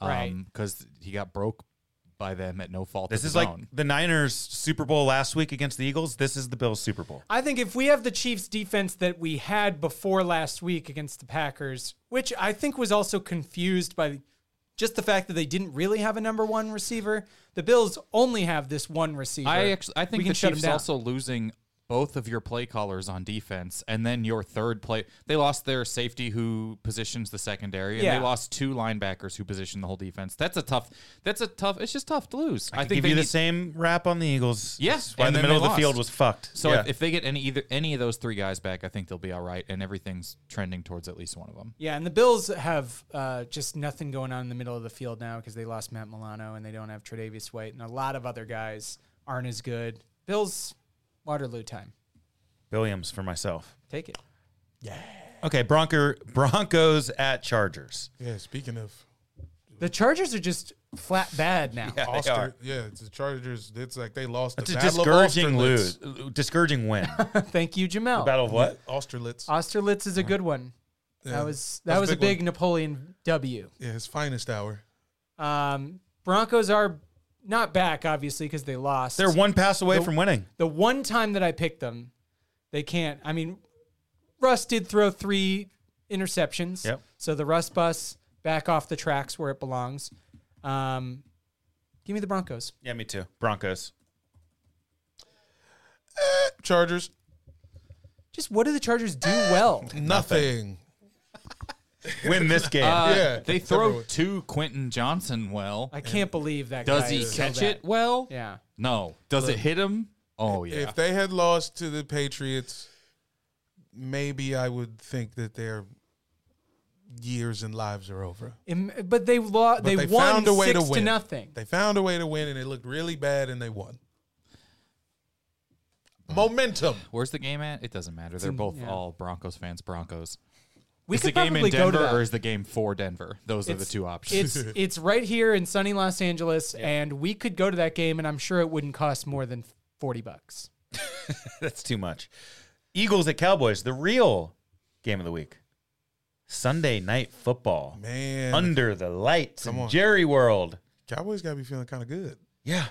Right.
Because he got broke by them at no fault.
this
of
is
his
like
own.
the Niners Super Bowl last week against the Eagles. This is the Bills Super Bowl.
I think if we have the Chiefs defense that we had before last week against the Packers, which I think was also confused by just the fact that they didn't really have a number one receiver, the Bills only have this one receiver.
I actually I think
we
the
can shut
Chiefs
him down.
also losing both of your play callers on defense and then your third play they lost their safety who positions the secondary and
Yeah.
they lost two linebackers who position the whole defense. That's a tough that's a tough it's just tough to lose.
I
I,
think
think they
give you the
need-
same rap on the Eagles.
Yeah,
That's why
and
the
then
middle of
they
the field
lost.
was fucked.
So
Yeah.
if, if they get any either any of those three guys back, I think they'll be all right and everything's trending towards at least one of them.
Yeah, and the Bills have uh, just nothing going on in the middle of the field now because they lost Matt Milano and they don't have Tre'Davious White and a lot of other guys aren't as good. Bills Waterloo time.
Williams for myself.
Take it.
Okay, Bronco, Broncos at Chargers.
Yeah, speaking of
The Chargers are just flat bad now.
Yeah, they
Oster,
are.
yeah, it's the Chargers. It's like they lost
It's
the
a
battle
discouraging
of
lose,
Austerlitz.
discouraging win.
Thank you, Jamel.
Battle of what?
Austerlitz.
Austerlitz is a good one.
Yeah.
That was
That's
that
a
was a
big one.
big Napoleon W.
Yeah, his finest hour.
Um, Broncos are not back obviously because they lost.
They're one pass away from winning.
the one time that I picked them, they can't. I mean, Russ did throw three interceptions.
Yep.
So the Russ bus back off the tracks where it belongs. Um, give me the Broncos.
Yeah, me too. Broncos.
Chargers,
Just what do the Chargers do well?
nothing.
Win this game.
Uh,
Yeah,
they throw to Quentin Johnson well.
I can't believe that.
Does
guy
he
is so
catch
bad.
it well?
Yeah.
No. Does it hit him? Oh yeah.
If they had lost to the Patriots, maybe I would think that their years and lives are over.
Im- but they lost.
But
They,
they
won
found a way
six
to
to
win.
nothing.
They found a way to win, and it looked really bad, and they won.
Mm.
Momentum.
Where's the game at? It doesn't matter. They're both all Broncos fans. Broncos.
we
is the
could
game in
probably go to
Denver
that.
or is the game for Denver? Those are the
It's-
two options.
it's it's right here in sunny Los Angeles, and we could go to that game, and I'm sure it wouldn't cost more than forty bucks.
That's too much. Eagles at Cowboys, the real game of the week. Sunday night football.
Man,
Under the lights
Come
in
on.
Jerry World.
Cowboys got to be feeling kind of good.
Yeah,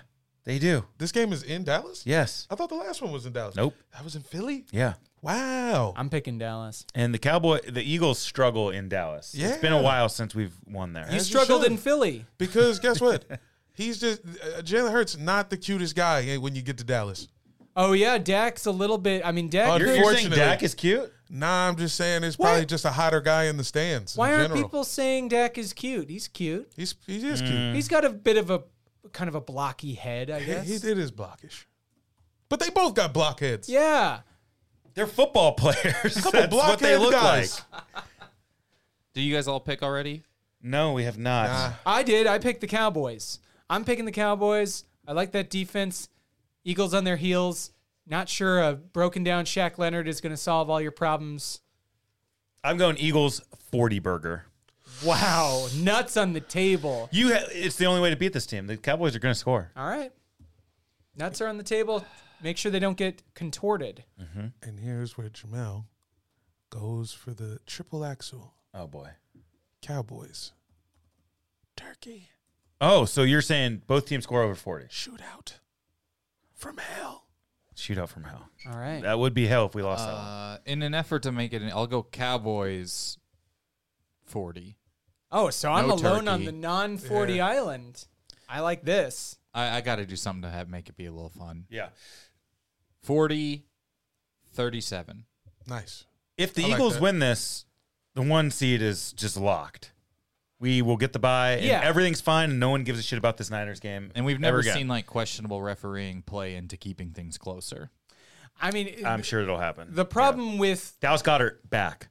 they do.
This game is in Dallas?
Yes.
I thought the last one was in Dallas.
Nope.
That was in Philly?
Yeah.
Wow.
I'm picking Dallas.
And the Cowboy the Eagles struggle in Dallas. It's been a
Yeah.
while since we've won there.
You
As you
struggled
should.
in Philly.
because guess what? He's just uh, Jalen Hurts not the cutest guy eh, when you get to Dallas.
Oh yeah, Dak's a little bit. I mean,
Oh,
Dak.
You're,
could-
you're saying
Unfortunately.
Dak is cute?
Nah, I'm just saying it's
What?
probably just a hotter guy in the stands.
why
in
aren't
general.
people saying Dak is cute? He's cute.
He's he is
Mm.
He's got a bit of a kind of a blocky head, I
cute.
guess.
He, he did his blockish, but they both got blockheads.
Yeah.
They're football players.
Couple
That's what they
blockhead
look
guys.
like.
Do you guys all pick already?
No, we have not.
Nah.
I did. I picked the Cowboys. I'm picking the Cowboys. I like that defense. Eagles on their heels. Not sure a broken down Shaq Leonard is going to solve all your problems.
I'm going Eagles 40 burger.
Wow, nuts on the table.
You ha- it's the only way to beat this team. The Cowboys are going to score.
All right, nuts are on the table. Make sure they don't get contorted.
And here's where Jamel goes for the triple axel
Oh boy.
Cowboys turkey
Oh, so you're saying both teams score over 40.
shootout from hell.
Shootout from hell.
All right,
That would be hell if we lost that one.
Uh, in an effort to make it, an, I'll go Cowboys forty.
Oh, so I'm
No
alone on
turkey.
the non 40
Yeah.
island. I like this.
I, I got to do something to have, make it be a little fun.
Yeah.
40, 37.
Nice.
If the
I like
Eagles
that.
win this, the one seed is just locked. We will get the bye, and
Yeah.
everything's fine, and no one gives a shit about this Niners game.
And we've
ever
never
again.
seen like questionable refereeing play into keeping things closer.
I mean,
I'm sure it'll happen.
the problem with
Dallas Goddard back.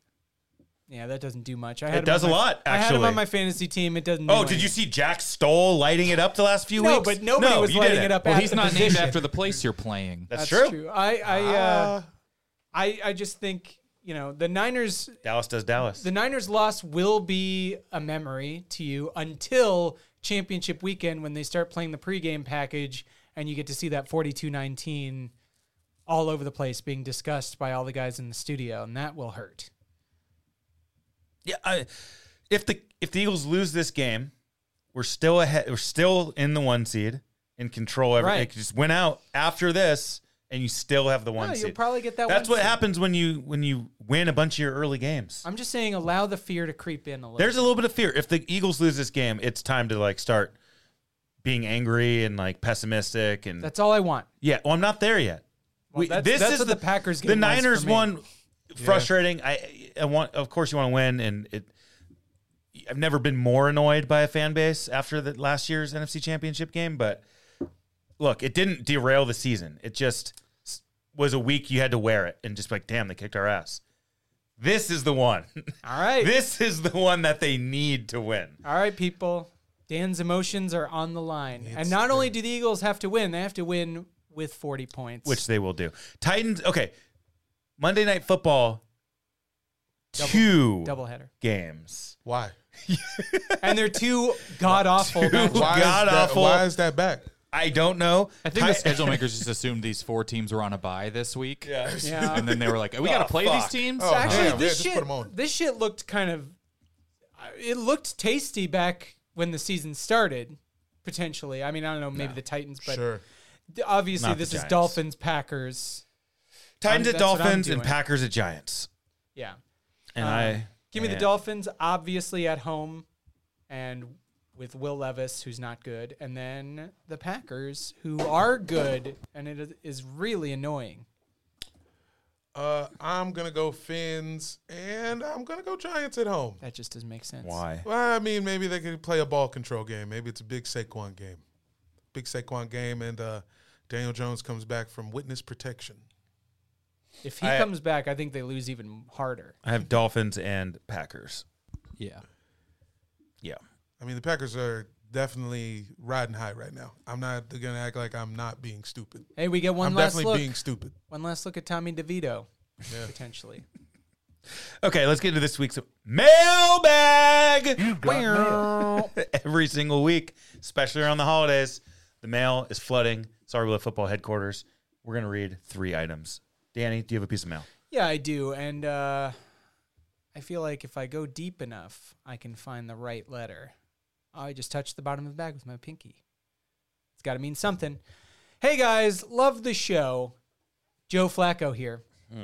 yeah, that doesn't do much. I
It
had him
does
on
a
my-
lot,
I had him on
actually.
my fantasy team. It doesn't. do
Oh, did you
anything.
see Jack Stoll lighting it up the last few
No,
weeks?
but nobody was
you
lighting
didn't.
it up.
Well,
at
he's
the
not named
position.
after the place you're playing.
That's,
That's
true. Ah.
true. I I uh, I I just think you know the Niners
Dallas does Dallas.
the Niners loss will be a memory to you until championship weekend when they start playing the pregame package and you get to see that 42-19 all over the place being discussed by all the guys in the studio and that will hurt.
yeah, I, if the if the Eagles lose this game, we're still ahead. We're still in the one seed and control everything.
Right.
It could Just win out after this, and you still have the one
No,
seed.
you'll probably get that
That's
one
what
seed.
happens when you when you win a bunch of your early games.
I'm just saying allow the fear to creep in a little.
There's a little bit of fear. If the Eagles lose this game, it's time to like start being angry and like pessimistic and
That's all I want.
yeah. Well, I'm not there yet.
Well, that's- that's what the Packers
The
game was for
Niners
me.
won. Frustrating. I, I want. Of course, you want to win, and it. I've never been more annoyed by a fan base after the last year's NFC Championship game, but look, it didn't derail the season. It just s- was a week you had to wear it and just like, damn, they kicked our ass. This is the one.
All right.
this is the one that they need to win.
All right, people. Dan's emotions are on the line. and not only do the Eagles have to win, they have to win with 40 points.
which they will do. Titans. Okay, Monday Night Football. two
doubleheader.
games.
Why?
And they're two god awful matchups.
Why
God
is that,
awful.
Why is that back?
I don't know.
I think the
Ti-
schedule makers just assumed these four teams were on a bye this week.
Yeah.
Yeah.
And then they were like, we got to play these
fuck.
teams?
Oh,
Actually,
Damn, yeah,
this
just put
shit
'em on.
this shit looked kind of it looked tasty back when the season started. potentially. I mean, I don't know, maybe the Titans, but
sure.
d- obviously
Not the
this is
Giants.
Dolphins Packers.
Titans at
that's what I'm
Dolphins and
doing.
Packers at Giants.
Yeah.
And
Uh,
I
Give me
man,
the Dolphins, obviously at home, and with Will Levis, who's not good, and then the Packers, who are good, and it is- is really annoying.
Uh, I'm gonna go Fins, and I'm gonna go Giants at home.
That just doesn't make sense.
Why?
Well, I mean, maybe they could play a ball control game. Maybe it's a big Saquon game, big Saquon game, and uh, Daniel Jones comes back from witness protection.
If he
I-
comes back, I think they lose even harder.
I have Dolphins and Packers.
Yeah.
Yeah.
I mean, the Packers are definitely riding high right now. I'm not gonna act like I'm not being stupid.
Hey, we get one
I'm
last
definitely
look.
being stupid.
one last look at Tommy DeVito, potentially.
Okay, let's get into this week's mailbag. Every single week, especially around the holidays, the mail is flooding. Sorry, we left football headquarters. We're gonna read three items. Danny, do you have a piece of mail?
Yeah, I do, and uh, I feel like if I go deep enough, I can find the right letter. Oh, I just touched the bottom of the bag with my pinky. It's got to mean something. Hey guys, love the show. Joe Flacco here.
Hmm.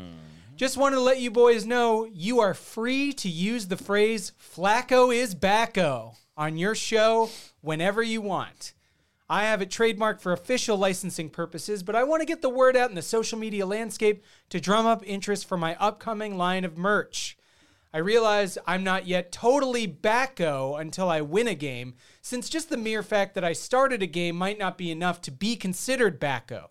Just wanted to let you boys know you are free to use the phrase Flacco is backo on your show whenever you want. I have it trademarked for official licensing purposes, but I want to get the word out in the social media landscape to drum up interest for my upcoming line of merch. I realize I'm not yet totally backo until I win a game, since just the mere fact that I started a game might not be enough to be considered backo.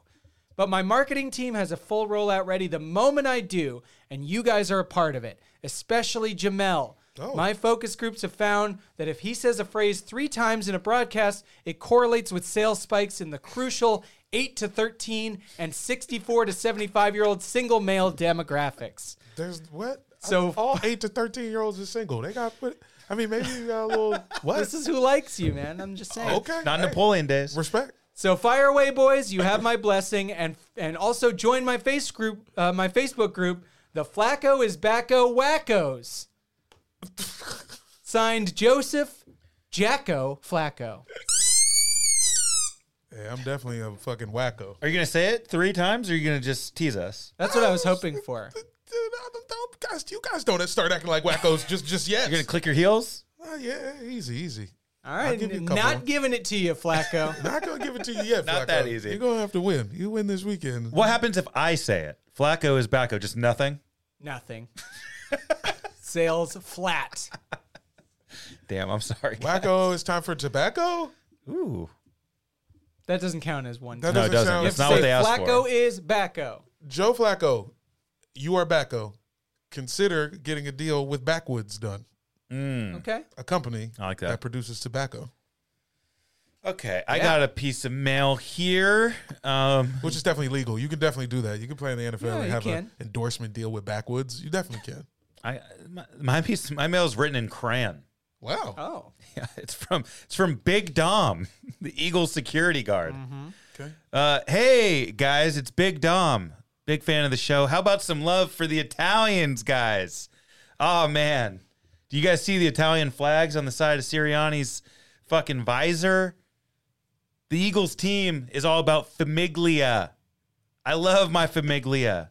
But my marketing team has a full rollout ready the moment I do, and you guys are a part of it, especially Jamel.
Oh.
My focus groups have found that if he says a phrase three times in a broadcast, it correlates with sales spikes in the crucial 8 to 13 and 64 to 75 year old single male demographics.
There's what?
So-
all eight to thirteen year olds are single. They got put. I mean, maybe you got a little what?
This is who likes you, man. I'm just saying.
okay.
Not
hey,
Napoleon days.
Respect.
So fire away, boys! You have my blessing, and and also join my face group, uh, my Facebook group, the Flacco is Backo Wackos. Signed Joseph Jacko Flacco.
Yeah, I'm definitely a fucking wacko.
Are you gonna say it three times, or are you gonna just tease us?
That's what I was hoping for.
Dude, I don't- don't- guys, you guys don't start acting like wackos just just yet.
You're gonna click your heels?
Uh, yeah, easy, easy.
All
I'll
right,
give you a couple.
not giving it to you, Flacco.
Not gonna give it to you yet.
Not
Flacco.
that easy.
You're gonna have to win. You win this weekend.
What happens if I say it? Flacco is backo, just nothing.
Nothing. Sales flat.
Damn, I'm sorry.
Wacko, it's time for tobacco.
Ooh.
That doesn't count as one.
That
time.
No, it
doesn't
doesn't.
sound-
That's not
You have
what
to
they asked
Flacco
for.
is Backo.
Joe Flacco, you are backo. Consider getting a deal with Backwoods done,
Hmm.
Okay.
a company
I like that.
produces tobacco,
Okay, I got a piece of mail here. Um,
which is definitely legal. You can definitely do that. You can play in the NFL
Yeah,
and
you
have an
can.
endorsement deal with Backwoods. You definitely can.
I my, my piece my mail is written in crayon.
Wow.
Oh,
Yeah, it's from it's from Big Dom, the Eagles security guard. Uh, hey guys, it's Big Dom. Big fan of the show. How about some love for the Italians, guys? Oh man, do you guys see the Italian flags on the side of Sirianni's fucking visor? The Eagles team is all about famiglia. I love my famiglia.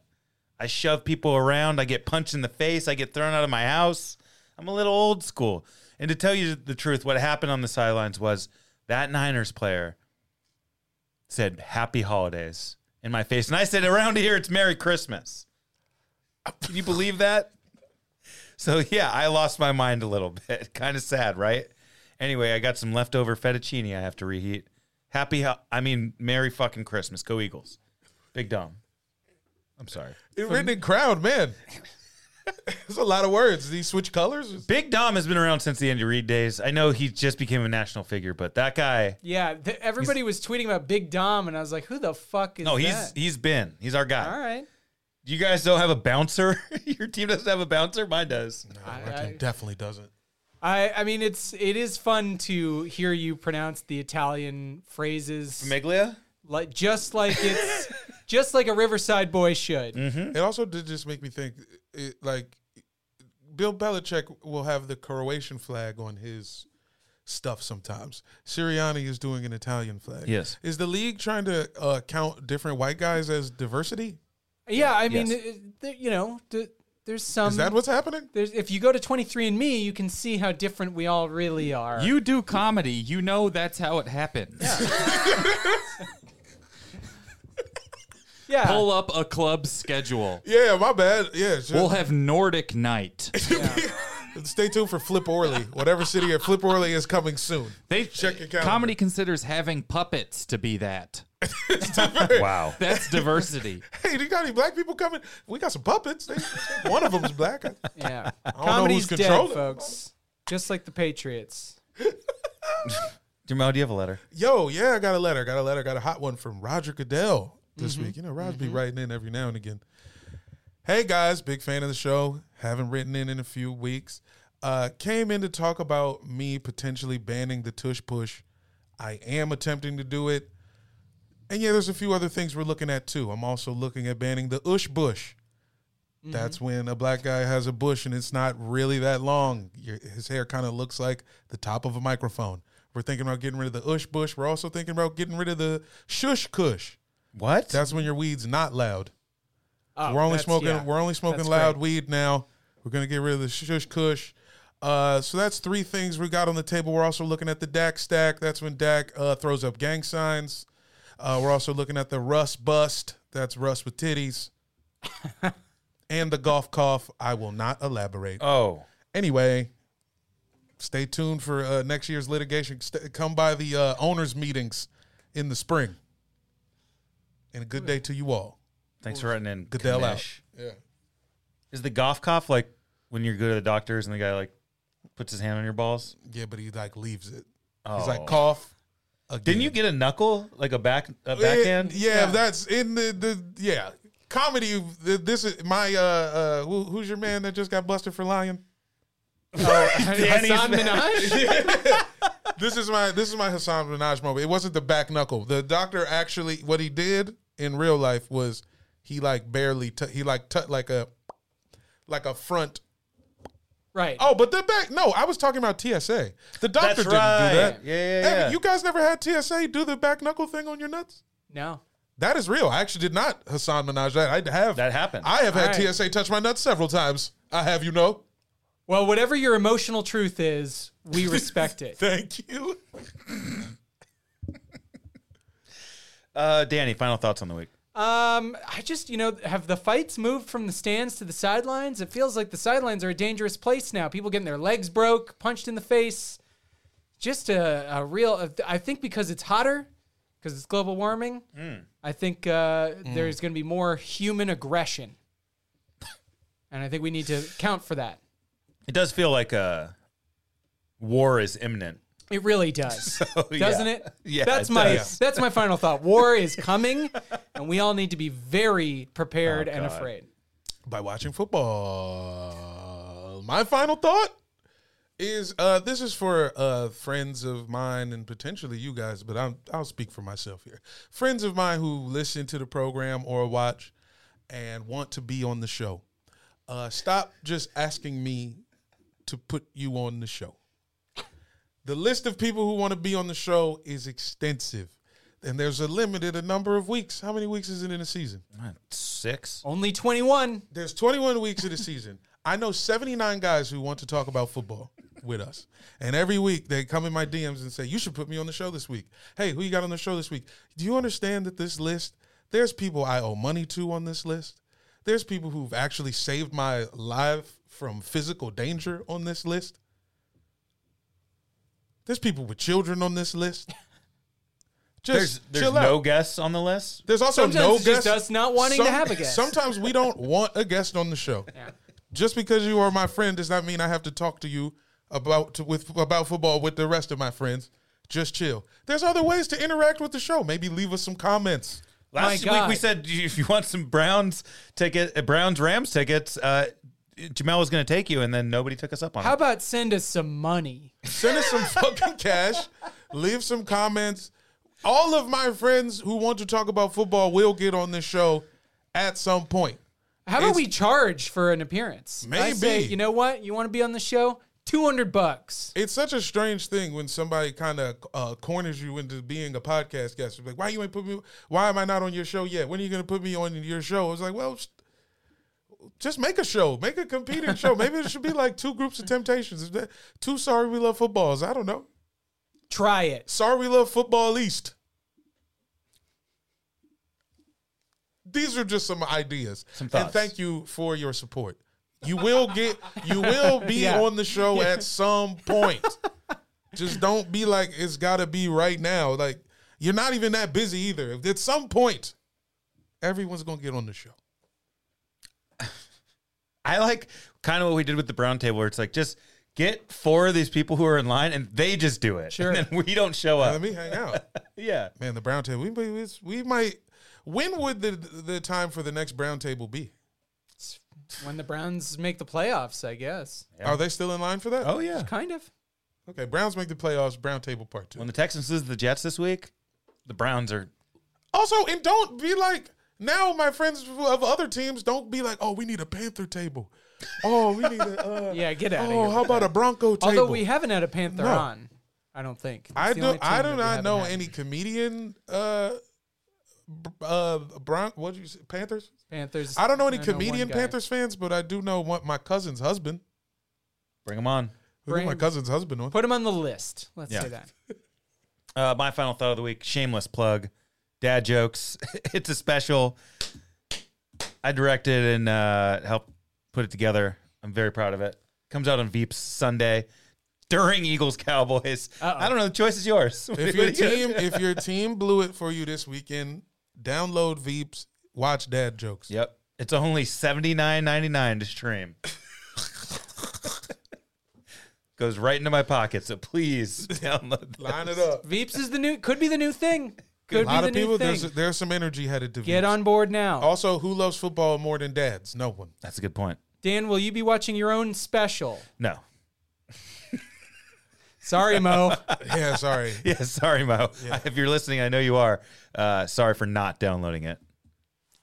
I shove people around. I get punched in the face. I get thrown out of my house. I'm a little old school. And to tell you the truth, what happened on the sidelines was that Niners player said happy holidays in my face. And I said, around here, it's Merry Christmas. Can you believe that? So, yeah, I lost my mind a little bit. kind of sad, right? Anyway, I got some leftover fettuccine I have to reheat. Happy, ho- I mean, Merry fucking Christmas. Go Eagles. Big Dom. I'm sorry.
It written in crowd, man. There's a lot of words. These switch colors.
Big Dom has been around since the Andy Reid days. I know he just became a national figure, but that guy.
yeah. Th- everybody was tweeting about Big Dom, and I was like, "Who the fuck is
No, he's
that?"
he's been. He's our guy.
All right.
You guys don't have a bouncer. Your team doesn't have a bouncer. Mine does.
I-
Our
I-
team definitely doesn't.
I, I mean it's it is fun to hear you pronounce the Italian phrases
Miglia.
like just like it's just like a Riverside boy should.
It also did just make me think, it, like, Bill Belichick will have the Croatian flag on his stuff sometimes. Sirianni is doing an Italian flag.
Yes.
Is the league trying to uh, count different white guys as diversity?
Yeah, I mean,
Yes.
it- it- there- you know, th- there's some.
Is that what's happening?
there's, if you go to 23andMe, you can see how different we all really are.
You do comedy, you know that's how it happens.
yeah.
Pull up a club schedule.
Yeah, my bad. Yeah, sure.
We'll have Nordic night.
Stay tuned for Flip Orley, whatever city of Flip Orley is coming soon.
They
Check your calendar.
comedy considers having puppets to be that.
Wow.
That's diversity.
Hey, do you got any black people coming? We got some puppets. They, one of them's black.
yeah.
know who's
Comedy's dead,
controlling.
folks. Just like the Patriots.
Jamal, do you have a letter?
Yo, yeah, I got a letter. Got a letter. Got a hot one from Roger Goodell this week. You know, Roger be writing in every now and again. Hey guys, big fan of the show. Haven't written in in a few weeks. Uh, came in to talk about me potentially banning the tush push. I am attempting to do it. And yeah, there's a few other things we're looking at too. I'm also looking at banning the ush bush. That's when a black guy has a bush and it's not really that long. Your, his hair kind of looks like the top of a microphone. We're thinking about getting rid of the ush bush. We're also thinking about getting rid of the shush cush.
What?
That's when your weed's not loud.
Oh,
we're only
that's-
smoking.
yeah.
We're only smoking
That's
loud
great.
weed now. We're gonna get rid of the shush cush. Uh, so that's three things we got on the table. We're also looking at the Dak stack. That's when Dak uh, throws up gang signs. Uh, we're also looking at the Russ bust. That's Russ with titties. and the golf cough. I will not elaborate.
Uh,
oh.
anyway, stay tuned for uh, next year's litigation. St- come by the uh, owners' meetings in the spring. And a good day to you all.
Thanks for writing in.
Goodell out.
Kanish.
Yeah.
Is the golf cough like when you go to the doctors and the guy like puts his hand on your balls?
Yeah, but he like leaves it.
Oh.
He's like cough. Again.
Didn't you get a knuckle like a back a backhand?
Yeah, that's in the, the yeah comedy. th- This is my uh, uh who, who's your man that just got busted for lying?
Danny's
Hassan Minaj?
This is my this is my Hassan Minaj moment. It wasn't the back knuckle. The doctor actually what he did in real life was he like barely t- he like cut like a like a front.
right.
Oh, but the back no, I was talking about TSA. The doctor
That's
didn't
right.
do that.
Yeah, yeah,
Evan,
yeah.
You guys never had TSA do the back knuckle thing on your nuts?
No.
That is real. I actually did not Hassan Minaj that. I have
That happened.
I have had
All right.
TSA touch my nuts several times. I have you know.
Well, whatever your emotional truth is, we respect it.
Thank you.
Uh, Danny, final thoughts on the week.
Um, I just, you know, have the fights moved from the stands to the sidelines? It feels like the sidelines are a dangerous place now. People getting their legs broke, punched in the face. Just a, a real, I think because it's hotter, because it's global warming,
Mm.
I think uh, there's going to be more human aggression. and I think we need to count for that.
It does feel like uh, war is imminent.
It really does,
Oh, yeah.
doesn't it?
Yeah,
that's
it
my
does.
that's my final thought. War is coming, and we all need to be very
Oh,
prepared and afraid.
by watching football. My final thought is uh, this is for uh, friends of mine and potentially you guys, but I'm, I'll speak for myself here. Friends of mine who listen to the program or watch and want to be on the show. Uh, stop just asking me to put you on the show. The list of people who want to be on the show is extensive, and there's a limited a number of weeks. How many weeks is it in a season?
Six.
Only twenty one.
There's 21 weeks of the season. I know 79 guys who want to talk about football with us. And every week they come in my DMs and say, You should put me on the show this week. Hey, who you got on the show this week? Do you understand that this list, there's people I owe money to on this list? There's people who've actually saved my life from physical danger on this list. There's people with children on this list.
There's
Just
there's
chill
no
out.
guests on the list.
There's also
Sometimes
no
it's
guest.
just us not wanting to have a guest.
Sometimes we don't want a guest on the show. Just because you are my friend does not mean I have to talk to you about to, with about football with the rest of my friends. Just chill. There's other ways to interact with the show. Maybe leave us some comments.
Last
My
week
God.
we said if you want some Browns ticket, uh, Browns Rams tickets, uh, Jamel was going to take you, and then nobody took us up on
How
it.
about send us some money?
Send us some fucking cash. Leave some comments. All of my friends who want to talk about football will get on this show at some point.
How about
It's-
we charge for an appearance? I say,
Maybe.
you know what? You want to be on the show? two hundred bucks.
It's such a strange thing when somebody kind of uh, corners you into being a podcast guest. It's Like, why you ain't put me? Why am I not on your show yet? When are you gonna put me on your show? I was like, well, just- just make a show, make a competing show. Maybe it should be like two groups of temptations. Is that- Two sorry we love footballs. I don't know.
Try it.
Sorry we love football East. These are just some ideas. and
thoughts.
thank you for your support. You will get you will be
Yeah.
on the show at some point. just don't be like it's gotta be right now. Like you're not even that busy either. If At some point, everyone's gonna get on the show.
I like kind of what we did with the brown table, where it's like just get four of these people who are in line and they just do it.
Sure.
And then we don't show up.
Let me hang out.
yeah.
Man, the brown table. We, we, we might when would the the time for the next brown table be?
When the Browns make the playoffs, I guess.
Are they still in line for that?
Oh yeah.
Kind of.
Okay, Browns make the playoffs. Brown table part two.
When the Texans lose to the Jets this week, the Browns are
Also, and don't be like now. My friends of other teams don't be like, oh, we need a Panther table. Oh, we need a. Uh,
Yeah, get out of
Oh,
here.
how about a Bronco table?
Although we haven't had a Panther
No.
on, I don't think.
I
That's the
do.
only team
I
that
do
we
not
haven't
know
had.
any comedian. Uh, b- uh, Bron. What did you say? Panthers?
Panthers.
I don't know any
one
comedian
guy.
Panthers fans, but I do know what my cousin's husband.
bring them on.
Who did my
Bring-
cousin's husband on?
Put him on the list. Let's
Yeah.
say that.
Uh, my final thought of the week: shameless plug, dad jokes. it's a special. I directed and uh, helped put it together. I'm very proud of it. Comes out on Veeps Sunday during Eagles Cowboys.
Uh-oh.
I don't know. The choice is yours.
if your team, if your team blew it for you this weekend, download Veeps, watch dad jokes.
yep, it's only seventy nine ninety nine to stream. Goes right into my pocket. So please download. That.
Line it up.
Veeps is the new. Could be the new thing. Could
a lot
be
of
the
people.
new thing.
There's there's some energy headed to
Get
Veeps.
on board now.
Also, who loves football more than dads? No one.
That's a good point.
Dan, will you be watching your own special?
No.
Sorry, Mo.
Yeah, sorry.
Yeah, sorry, Mo. If you're listening, I know you are. Uh, sorry for not downloading it.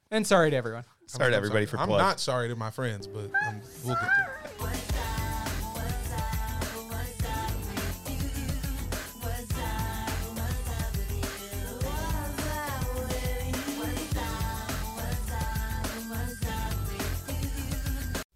and sorry to everyone.
Sorry to everybody for
I'm
plugs.
not sorry to my friends, but um we'll get there.